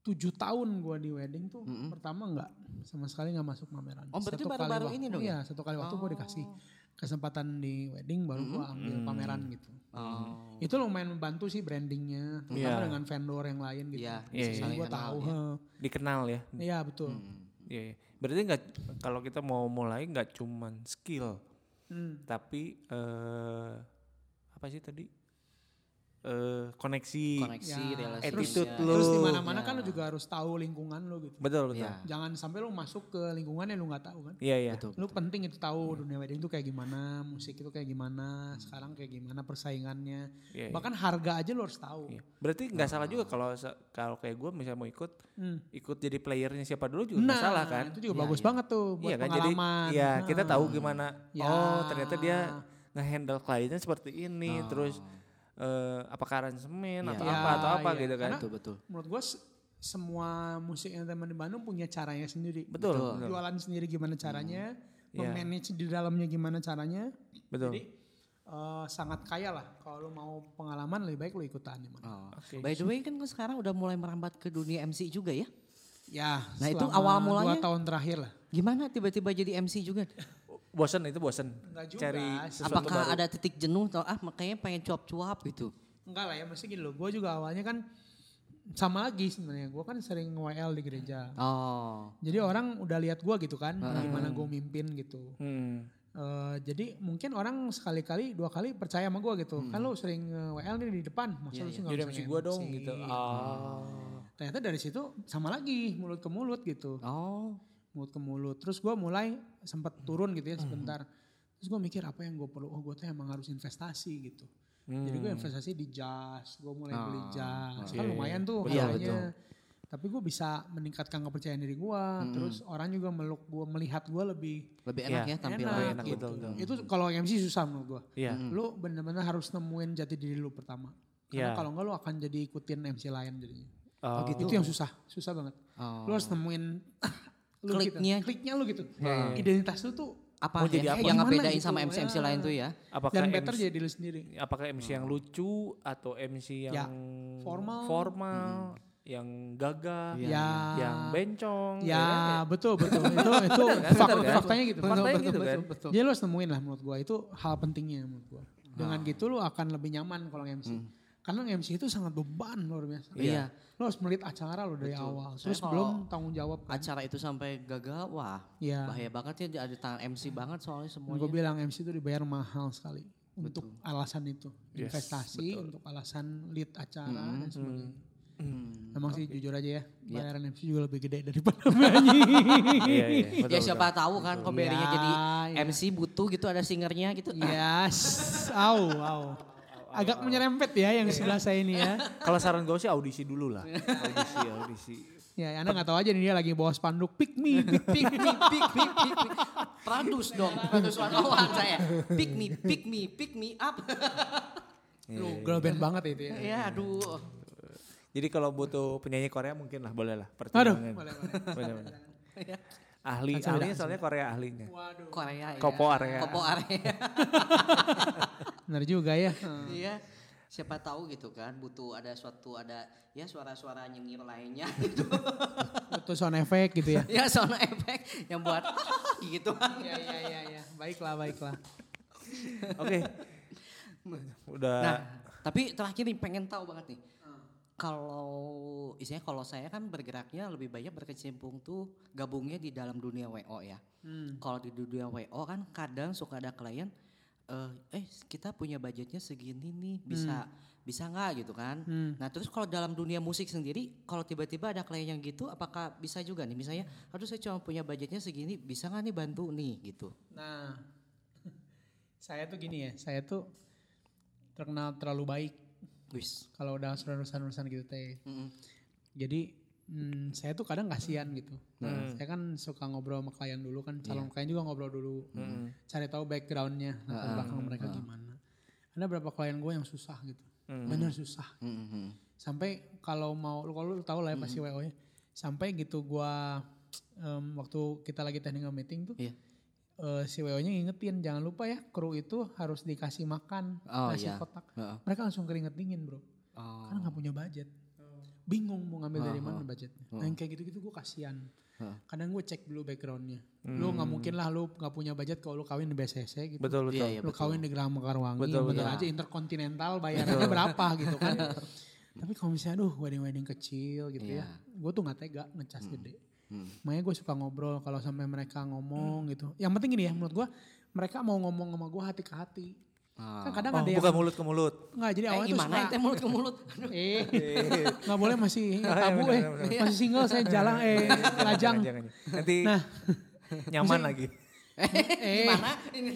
C: tujuh tahun gua di wedding tuh pertama nggak sama sekali nggak masuk pameran.
A: Oh, berarti
C: Satu kali
A: baru-baru
C: waktu-
A: ini dong ya?
C: Iya satu kali waktu gua dikasih kesempatan di wedding baru gua ambil pameran gitu.
A: oh.
C: Itu lumayan membantu sih brandingnya terutama
B: Iya.
C: dengan vendor yang lain gitu.
A: Iya,
B: iya,
C: Jadi
A: saling
C: gua
A: kenal,
C: tahu.
A: iya.
C: heh.
B: Dikenal ya.
C: Iya betul.
A: Hmm.
B: Iya. iya. Berarti nggak kalau kita mau mulai
A: Mm.
B: nggak cuman skill,
C: Hmm.
B: tapi eh apa sih tadi? eh, koneksi.
A: koneksi
C: Ya,
A: relasi
B: Attitude lu.
C: Terus di
A: Ya.
C: mana-mana kan lu juga harus tahu lingkungan lu gitu.
B: Betul betul.
A: Iya.
C: Jangan sampai lu masuk ke lingkungan yang lu nggak tahu kan.
B: Iya iya.
A: betul
C: Lu penting itu tahu dunia wedding itu kayak gimana, musik itu kayak gimana, sekarang kayak gimana persaingannya.
B: Iya, iya.
C: Bahkan harga aja lu harus tahu.
B: Iya. Berarti nggak salah
C: Nah.
B: juga kalau se- kalau kayak gue misalnya mau ikut
C: Hmm. Nah,
B: ikut jadi playernya siapa dulu juga nggak salah kan?
C: Itu juga
A: Iya,
C: bagus
A: iya.
C: banget tuh buat
B: Iya kan jadi
C: pengalaman.
B: iya kita
C: Nah.
B: tahu gimana.
C: Ya.
B: Oh ternyata dia nge-handle kliennya seperti ini
A: Ah.
B: terus eh, apakah aransemen
A: Iya.
B: atau
A: Iya,
B: apa atau apa
C: Nah. iya.
B: gitu kan?
C: Karena-
A: betul betul
C: Menurut gue semua musik entertainment di Bandung punya caranya sendiri. Gitu.
B: Betul
A: Betul.
B: betul Hmm.
C: Jualan sendiri gimana caranya,
B: Iya.
C: memanage di dalamnya gimana caranya.
B: betul.
C: Jadi eh, sangat kaya lah. Kalau lu mau pengalaman lebih baik lu ikutan di mana.
A: Oh.
B: Oke.
A: By the way kan lu sekarang udah mulai merambat ke dunia MC juga ya.
C: Ya,
A: Nah, itu
C: selama
A: awal
C: dua
A: mulanya?
C: tahun terakhir lah.
A: Gimana tiba-tiba jadi MC juga?
B: Bosen itu bosen.
C: Nggak juga
B: Cari
C: sih.
B: sesuatu
A: Apakah
B: baru.
A: ada titik jenuh atau ah makanya pengen cuap-cuap gitu?
C: Enggak lah ya, mesti gini loh. Gue juga awalnya kan sama lagi sebenarnya. Gue kan sering WL di gereja.
A: Oh.
C: Jadi orang udah lihat gue gitu kan, gimana gue mimpin gitu.
B: Hmm.
C: Eh, jadi mungkin orang sekali-kali, dua kali percaya sama gue gitu. Kan lo sering eh, WL nih di depan, maksud lu sih nggak
B: Hmm. Iya, Jadi
C: bisa Hmm.
B: MC gue dong
C: nge-MC?
B: gitu. Ah.
C: Ternyata dari situ sama lagi mulut ke mulut gitu.
A: Oh.
C: Mulut ke mulut. Terus gue mulai sempat turun gitu ya sebentar. Terus gue mikir apa yang gue perlu, oh gue tuh emang harus investasi gitu. Jadi gue investasi di jas, gue mulai beli jas. Kan
B: Iya,
C: lumayan tuh
A: Betul,
C: harganya.
A: betul.
C: Tapi gue bisa meningkatkan kepercayaan diri gue. Terus orang juga meluk gue, melihat gue lebih
A: Lebih enak
B: Iya,
A: ya Hmm. tampilan.
C: enak,
B: enak,
C: gitu.
B: betul, betul.
C: Itu kalau MC susah menurut gue.
B: Iya.
C: Lu bener-bener harus nemuin jati diri lu pertama.
B: Iya.
C: Karena kalau enggak lu akan jadi ikutin MC lain jadinya.
B: Oh,
A: gitu.
C: Itu yang susah, susah banget.
A: Oh.
C: Lu harus nemuin lu
A: Kliknya.
C: Gitu. Kliknya lu gitu.
B: Nah.
C: Identitas lu tuh
A: Apa
B: Mau jadi
A: ya? Yang
B: apa?
C: Gimana
A: ngebedain
C: gitu,
A: sama MC-MC
C: ya.
A: lain tuh ya?
B: Apakah
C: dan better
B: MC
C: jadi diri lu sendiri.
B: apakah MC yang lucu atau MC yang
C: Ya, formal. Hmm.
B: formal, yang gagah,
C: Ya.
B: yang bencong,
C: Ya
B: kan?
C: betul betul itu itu
B: kan?
C: fak-
B: Bener kan?
C: faktanya gitu.
B: Faktanya
C: Betul,
B: gitu kan?
C: betul,
B: Nah.
C: betul, betul. Jadi lo harus nemuin lah menurut gua itu hal pentingnya menurut gua. Dengan gitu lo akan lebih nyaman kalau MC.
B: Hmm.
C: Karena MC itu sangat beban luar biasa.
A: Iya.
C: Lo harus melihat acara lo dari awal.
A: Soalnya
C: Terus
A: kalau-
C: belum tanggung jawab.
A: Acara itu sampai gagal, wah
C: Iya.
A: bahaya banget ya ada tangan MC banget soalnya semuanya.
C: Gue bilang MC itu dibayar mahal sekali untuk alasan itu. Investasi untuk alasan lead acara dan sebagainya. Emang sih jujur aja ya, bayaran MC juga lebih gede daripada nyanyi.
B: Iya, iya, betul,
A: ya siapa tahu kan koberinya
C: Iya,
A: jadi
C: iya.
A: MC butuh gitu ada singernya gitu.
C: Yes. Au, au. Agak menyerempet ya yang sebelah saya ini ya.
B: betul. Kalau saran gue sih audisi dulu lah. audisi, audisi.
C: Ya, Anda nggak tahu aja nih dia lagi bawa spanduk pick me, pick me.
A: Pick me, pick me, pick me. Pradus dong, Pradus Wanawan saya. Pick me, pick me, pick me up.
C: Aduh, girl band banget itu ya.
A: ya aduh.
B: Jadi kalau butuh penyanyi Korea mungkin lah boleh lah
C: Aduh,
B: pertimbangan.
C: boleh, Iya.
B: Boleh, boleh. Ahli, ahlinya soalnya Korea ahlinya.
A: Korea ya.
B: Kopo area.
A: Kopo area.
C: Benar juga ya.
A: Iya. Siapa tahu gitu kan butuh ada suatu ada ya suara-suara nyengir lainnya gitu.
C: Itu sound effect gitu ya.
A: ya sound effect yang buat gitu.
C: Iya, iya, iya. Ya. Baiklah, baiklah.
B: Oke. Udah
A: Nah, tapi terakhir nih pengen tahu banget nih. Kalau istilahnya kalau saya kan bergeraknya lebih banyak berkecimpung tuh gabungnya di dalam dunia WO ya.
C: Hmm.
A: Kalau di dunia WO kan kadang suka ada klien eh, eh kita punya budgetnya segini nih bisa bisa nggak gitu kan.
C: Hmm.
A: Nah, terus kalau dalam dunia musik sendiri kalau tiba-tiba ada klien yang gitu apakah bisa juga nih misalnya aduh saya cuma punya budgetnya segini bisa nggak nih bantu nih gitu.
C: Nah, saya tuh gini ya, saya tuh terkenal terlalu baik
A: Wis.
C: kalau udah urusan-urusan gitu teh.
A: Mm-mm.
C: Jadi mm, saya tuh kadang kasihan gitu. Saya kan suka ngobrol sama klien dulu kan, calon klien juga ngobrol dulu,
B: Hmm.
C: cari tahu backgroundnya, latar belakang mereka gimana. Ada berapa klien gue yang susah gitu, bener susah.
A: Mm-mm.
C: Sampai kalau mau, lu kalau lu tahu lah ya pasti WO nya. Sampai gitu gue waktu kita lagi technical meeting tuh,
A: Iya.
C: eh, si WO nya ngingetin jangan lupa ya kru itu harus dikasih makan
A: Oh,
C: nasi
A: iya.
C: kotak.
A: Heeh.
C: Mereka langsung keringet dingin bro
A: Oh.
C: karena nggak punya budget bingung mau ngambil dari mana budgetnya
A: Oh.
C: nah yang kayak gitu-gitu gue kasihan kadang gue cek dulu backgroundnya lu nggak mungkin lah lu nggak punya budget kalau lu kawin di BCC gitu
B: betul betul.
A: Iya, iya,
C: lu kawin di Geraha Mekarwangi
B: Betul,
C: bener
A: betul.
C: aja interkontinental bayarannya berapa gitu kan tapi kalau misalnya aduh wedding wedding kecil gitu
A: Iya.
C: ya gue tuh nggak tega ngecas gede
A: Hmm.
C: makanya gue suka ngobrol kalau sampai mereka ngomong gitu yang penting gini ya menurut gue mereka mau ngomong sama gue hati ke hati Kan kadang
B: Oh,
C: ada
B: bukan
C: yang
B: mulut ke mulut.
C: enggak jadi
A: Ah. Eh
C: awalnya tuh
A: gimana
C: suka
A: itu Oh, iya, mulut ke mulut? Aduh.
C: eh nggak boleh masih tabu
B: benar,
C: eh
B: benar,
C: masih single saya jalan eh lajang Nah.
B: Jangan, jangan. Nanti nyaman lagi.
C: Iya.
A: Eh, gimana? Ini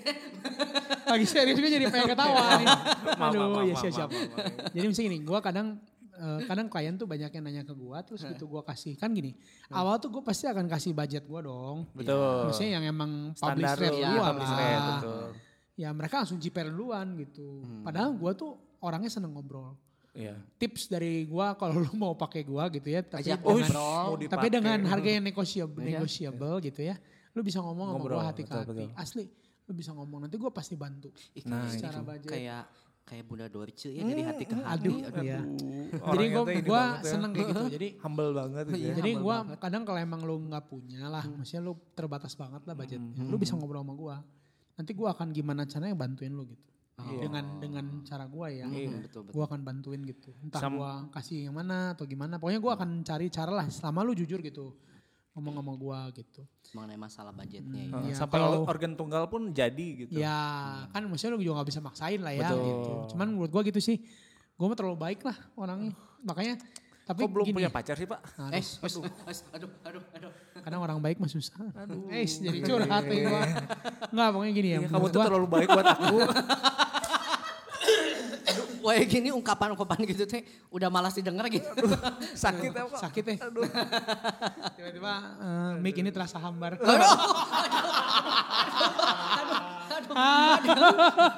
C: lagi serius gue jadi pengen ketawa nih.
B: Maaf, maaf,
C: Aduh
B: maaf,
C: ya
B: maaf,
C: siap siap.
B: maaf, maaf.
C: Jadi misalnya gini, gue kadang eh, kadang klien tuh banyak yang nanya ke gue terus gitu gue kasih kan gini awal tuh gue pasti akan kasih budget gue dong
B: Hmm. Betul.
C: maksudnya yang emang
B: Standar
C: publish rate
B: lu,
A: ya,
C: gue
B: publish rate,
C: lah
B: betul. Hmm.
C: ya mereka langsung jiper duluan gitu padahal gue tuh orangnya seneng ngobrol
B: Iya.
C: tips dari gue kalau lu mau pakai gue gitu ya tapi
A: Ajak ngobrol.
C: dengan-
B: mau dipakai. Hmm.
C: tapi dengan harga yang negotiable,
A: Iya.
C: negotiable gitu ya lu bisa ngomong sama
B: Ngobrol,
C: gue hati ke
B: betul,
C: hati
B: betul.
C: asli lu bisa ngomong nanti gue pasti bantu
A: Ih,
B: Nah,
A: kayak-
C: secara budget.
A: gitu.
C: Eh,
A: kayak kayak Bunda Dorce ya dari hati ke hati.
C: aduh, iya. Jadi gue gua seneng kayak gitu. Jadi
B: ya. humble banget Hmm. gitu ya.
C: jadi gue kadang kalau emang lu nggak punya lah, maksudnya lu terbatas banget lah budgetnya.
B: Hmm,
C: Lu bisa ngobrol sama gue. Nanti gue akan gimana caranya bantuin lu gitu.
B: Oh.
C: Dengan dengan cara gue ya.
A: Hmm, betul betul.
C: Gue akan bantuin gitu. Entah
B: Iya, Sam-
C: gue kasih yang mana atau gimana. Pokoknya gue akan cari cara lah. Selama lu jujur gitu ngomong sama gue gitu.
A: Mengenai masalah budgetnya ya.
B: Heeh,
C: Iya,
B: sampai
C: kalau-
B: organ tunggal pun jadi gitu.
C: Ya kan maksudnya lu juga gak bisa maksain lah ya
B: Betul.
C: gitu. Cuman menurut gue gitu sih. Gue mah terlalu baik lah orangnya. Makanya tapi
B: Kok belum
C: gini, ya,
B: punya pacar sih, Pak?
A: Eh, aduh, aduh, aduh, aduh.
C: Kadang orang baik mah susah. Aduh. Eh, jadi curhat nih gua. Enggak, pokoknya gini ya.
B: Iya, kamu
C: menurut
B: tuh
C: gua, Iya,
B: terlalu baik buat aku.
A: Wah gini ungkapan-ungkapan gitu teh udah malas didengar gitu.
B: Sakit apa?
C: sakit ya. Tiba-tiba eh, mic ini terasa hambar.
B: Oh,
C: Ah.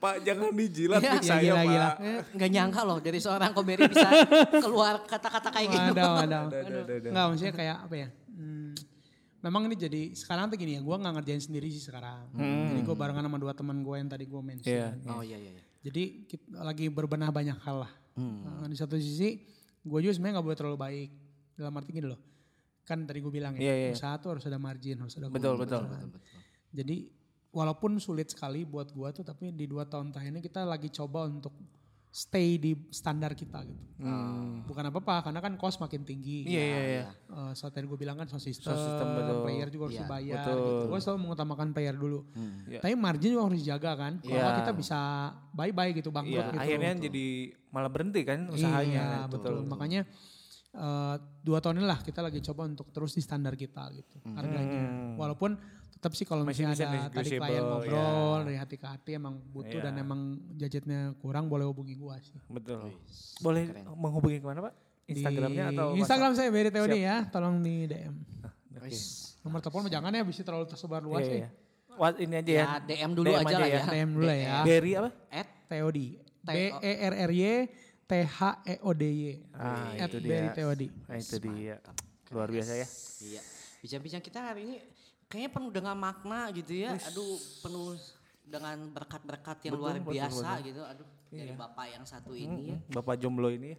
B: Pak, jangan dijilat
A: Iya,
B: mic
C: iya,
B: saya,
C: gila,
B: Pak.
C: gila.
A: Eh, Nggak nyangka loh dari seorang komedi bisa keluar kata-kata kayak gitu.
C: Waduh, waduh.
B: Ada, ada, ada, ada.
C: Enggak, maksudnya kayak apa ya? Hmm, memang ini jadi sekarang tuh gini ya, gua nggak ngerjain sendiri sih sekarang.
B: Hmm.
C: Jadi gua barengan sama dua teman gua yang tadi gua mention.
B: Iya.
A: Oh iya iya. iya.
C: Jadi kita lagi berbenah banyak hal lah.
B: Hmm.
C: Nah, di satu sisi gue juga sebenarnya nggak boleh terlalu baik dalam arti gini loh. Kan tadi gue bilang ya,
B: Iya, iya.
C: usaha tuh harus ada margin, harus ada
B: Betul,
C: keuntungan.
B: betul.
C: Jadi walaupun sulit sekali buat gue tuh, tapi di dua tahun terakhir ini kita lagi coba untuk stay di standar kita gitu. Bukan apa-apa, karena kan cost makin tinggi.
B: Hmm. Iya, iya, iya.
C: Eh, saat tadi gue bilang kan sound system,
B: Sound system, betul.
C: player juga harus
A: Iya,
C: dibayar
B: betul.
C: gitu. Gue selalu mengutamakan player dulu.
B: Iya.
C: Tapi margin juga harus dijaga kan. Kalau
B: Iya.
C: nggak kita bisa bye-bye gitu bangkrut
B: Iya,
C: gitu.
B: akhirnya jadi malah berhenti kan usahanya.
C: Iya,
B: kan,
C: betul. Makanya eh, dua tahun ini lah kita lagi coba untuk terus di standar kita gitu
B: Hmm.
C: harganya. Walaupun tetap sih kalau
B: Masih
C: misalnya
B: bisa
C: ada tadi
B: negotiable,
C: klien
B: ya.
C: ngobrol dari hati ke hati emang butuh
B: Iya.
C: dan emang jajetnya kurang boleh hubungi gua sih.
B: Betul. Boleh menghubungi kemana, Pak?
C: Di
B: Instagramnya atau
C: Instagram saya Beri TOD ya, tolong di DM.
B: WhatsApp? Oke.
C: Nomor telepon mah jangan ya, bisa terlalu tersebar
B: Iya,
C: luas ya.
B: iya. Wah, ini aja ya.
A: Ya DM dulu aja lah ya.
C: DM dulu lah ya.
B: Berry apa?
A: At
C: TOD. B E R R Y T H E O D Y.
B: Ah,
C: At
B: itu
C: Beri
B: dia.
C: TOD.
B: Nah, itu dia. Luar biasa ya.
A: Iya. Bincang-bincang kita hari ini kayaknya penuh dengan makna gitu ya. Aduh, penuh dengan berkat-berkat yang luar biasa gitu. Aduh, dari Bapak yang satu ini ya.
B: Bapak jomblo ini ya.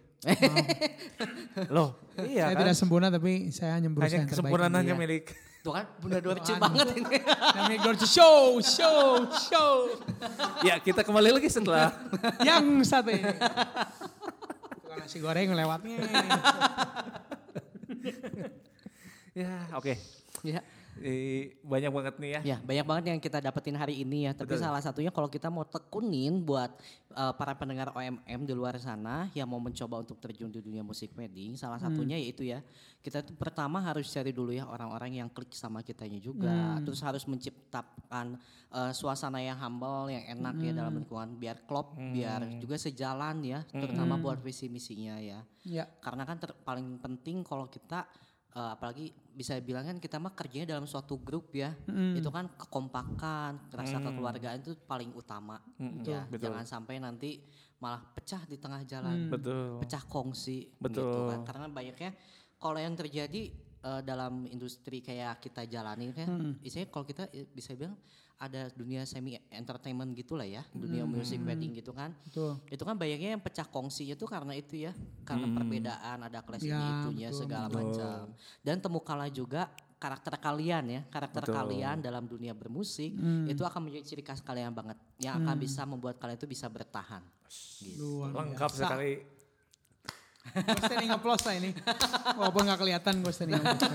B: Loh, iya
C: saya
B: kan?
C: tidak sempurna tapi saya hanya
B: Hanya
C: berusaha yang terbaik.
B: kesempurnaan hanya milik.
A: Tuh kan Bunda Dorce banget ini.
C: Namanya Gorge Show, show, show.
B: ya, kita kembali lagi setelah
C: yang satu ini. Tukang nasi goreng lewatnya.
B: ya, oke.
A: ya.
B: Eh, Banyak banget nih ya.
A: Ya, banyak banget yang kita dapetin hari ini ya. Tapi salah satunya kalau kita mau tekunin buat eh, para pendengar OMM di luar sana yang mau mencoba untuk terjun di dunia musik wedding, salah satunya yaitu ya kita tuh pertama harus cari dulu ya orang-orang yang klik sama kitanya juga. Terus harus menciptakan eh, suasana yang humble, yang enak ya dalam lingkungan biar klop, biar juga sejalan ya, terutama buat visi misinya ya
C: ya.
A: karena kan ter- paling penting kalau kita eh, apalagi bisa bilang kan kita mah kerjanya dalam suatu grup ya
B: Hmm.
A: itu kan kekompakan rasa kekeluargaan itu paling utama ya
B: betul.
A: jangan sampai nanti malah pecah di tengah jalan
B: Betul.
A: pecah kongsi gitu
B: Betul.
A: kan karena banyaknya kalau yang terjadi eh, dalam industri kayak kita jalani kan
B: Hmm.
A: isinya kalau kita eh, bisa bilang ada dunia semi entertainment gitulah ya dunia
B: Hmm.
A: music wedding gitu kan
C: Betul.
A: itu kan banyaknya yang pecah kongsi itu karena itu ya karena perbedaan ada kelas ini
C: Ya,
A: itunya
C: betul,
A: segala macam dan temukanlah juga karakter kalian ya karakter kalian dalam dunia bermusik
C: Hmm.
A: itu akan menjadi ciri khas kalian banget yang akan bisa membuat kalian itu bisa bertahan gitu.
C: Luar
B: Lengkap sekali.
C: Gue standing applause lah ini. Walaupun gak kelihatan gue standing applause.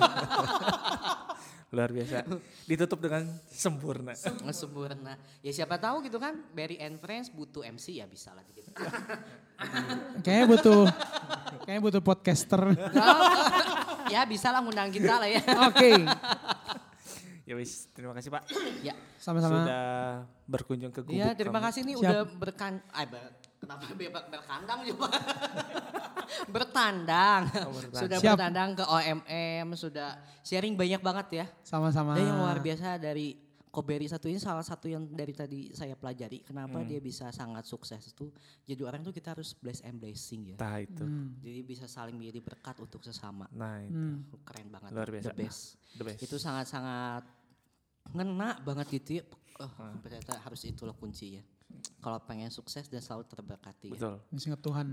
B: luar biasa. Ditutup dengan sempurna.
A: Nggak sempurna. Ya siapa tahu gitu kan Barry and Friends butuh MC ya bisa lah gitu.
C: Kayaknya butuh kayaknya butuh podcaster. Oke.
A: ya bisa lah ngundang kita lah ya.
B: ya wis, terima kasih Pak.
A: Ya.
C: Sama-sama.
B: Sudah berkunjung ke gubuk.
A: Iya, terima
B: kami.
A: kasih nih
C: Siap.
A: udah berkan eh ber- kenapa bebas berkandang juga. bertandang.
B: Oh, bertandang.
A: Sudah
C: Siap.
A: bertandang ke OMM, sudah sharing banyak banget ya.
C: Sama-sama.
A: Dan yang luar biasa dari Koberi satu ini salah satu yang dari tadi saya pelajari kenapa
B: Hmm.
A: dia bisa sangat sukses itu jadi orang tuh kita harus bless and blessing ya.
B: Nah itu.
A: Jadi bisa saling menjadi berkat untuk sesama.
B: Nah itu.
C: Hmm.
A: Keren banget.
B: Luar biasa.
A: The best.
B: The best.
A: Itu sangat-sangat ngena banget gitu ya. Oh,
B: Ah.
A: ternyata harus itulah kuncinya. Kalau pengen sukses dan selalu terberkati. ya.
B: Betul.
C: Masih ingat Tuhan.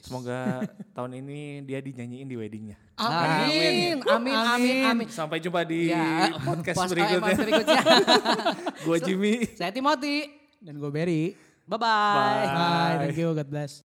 B: Semoga tahun ini dia dinyanyiin di weddingnya.
A: Amin. Amin. Amin. Amin. amin.
B: Sampai jumpa di
A: Ya,
B: Iya, podcast
A: pos-
B: berikutnya.
A: berikutnya.
B: Gua Jimmy.
A: Saya Timothy.
C: Dan gue Berry.
A: Bye-bye.
B: Bye.
C: Bye. Thank you. God bless.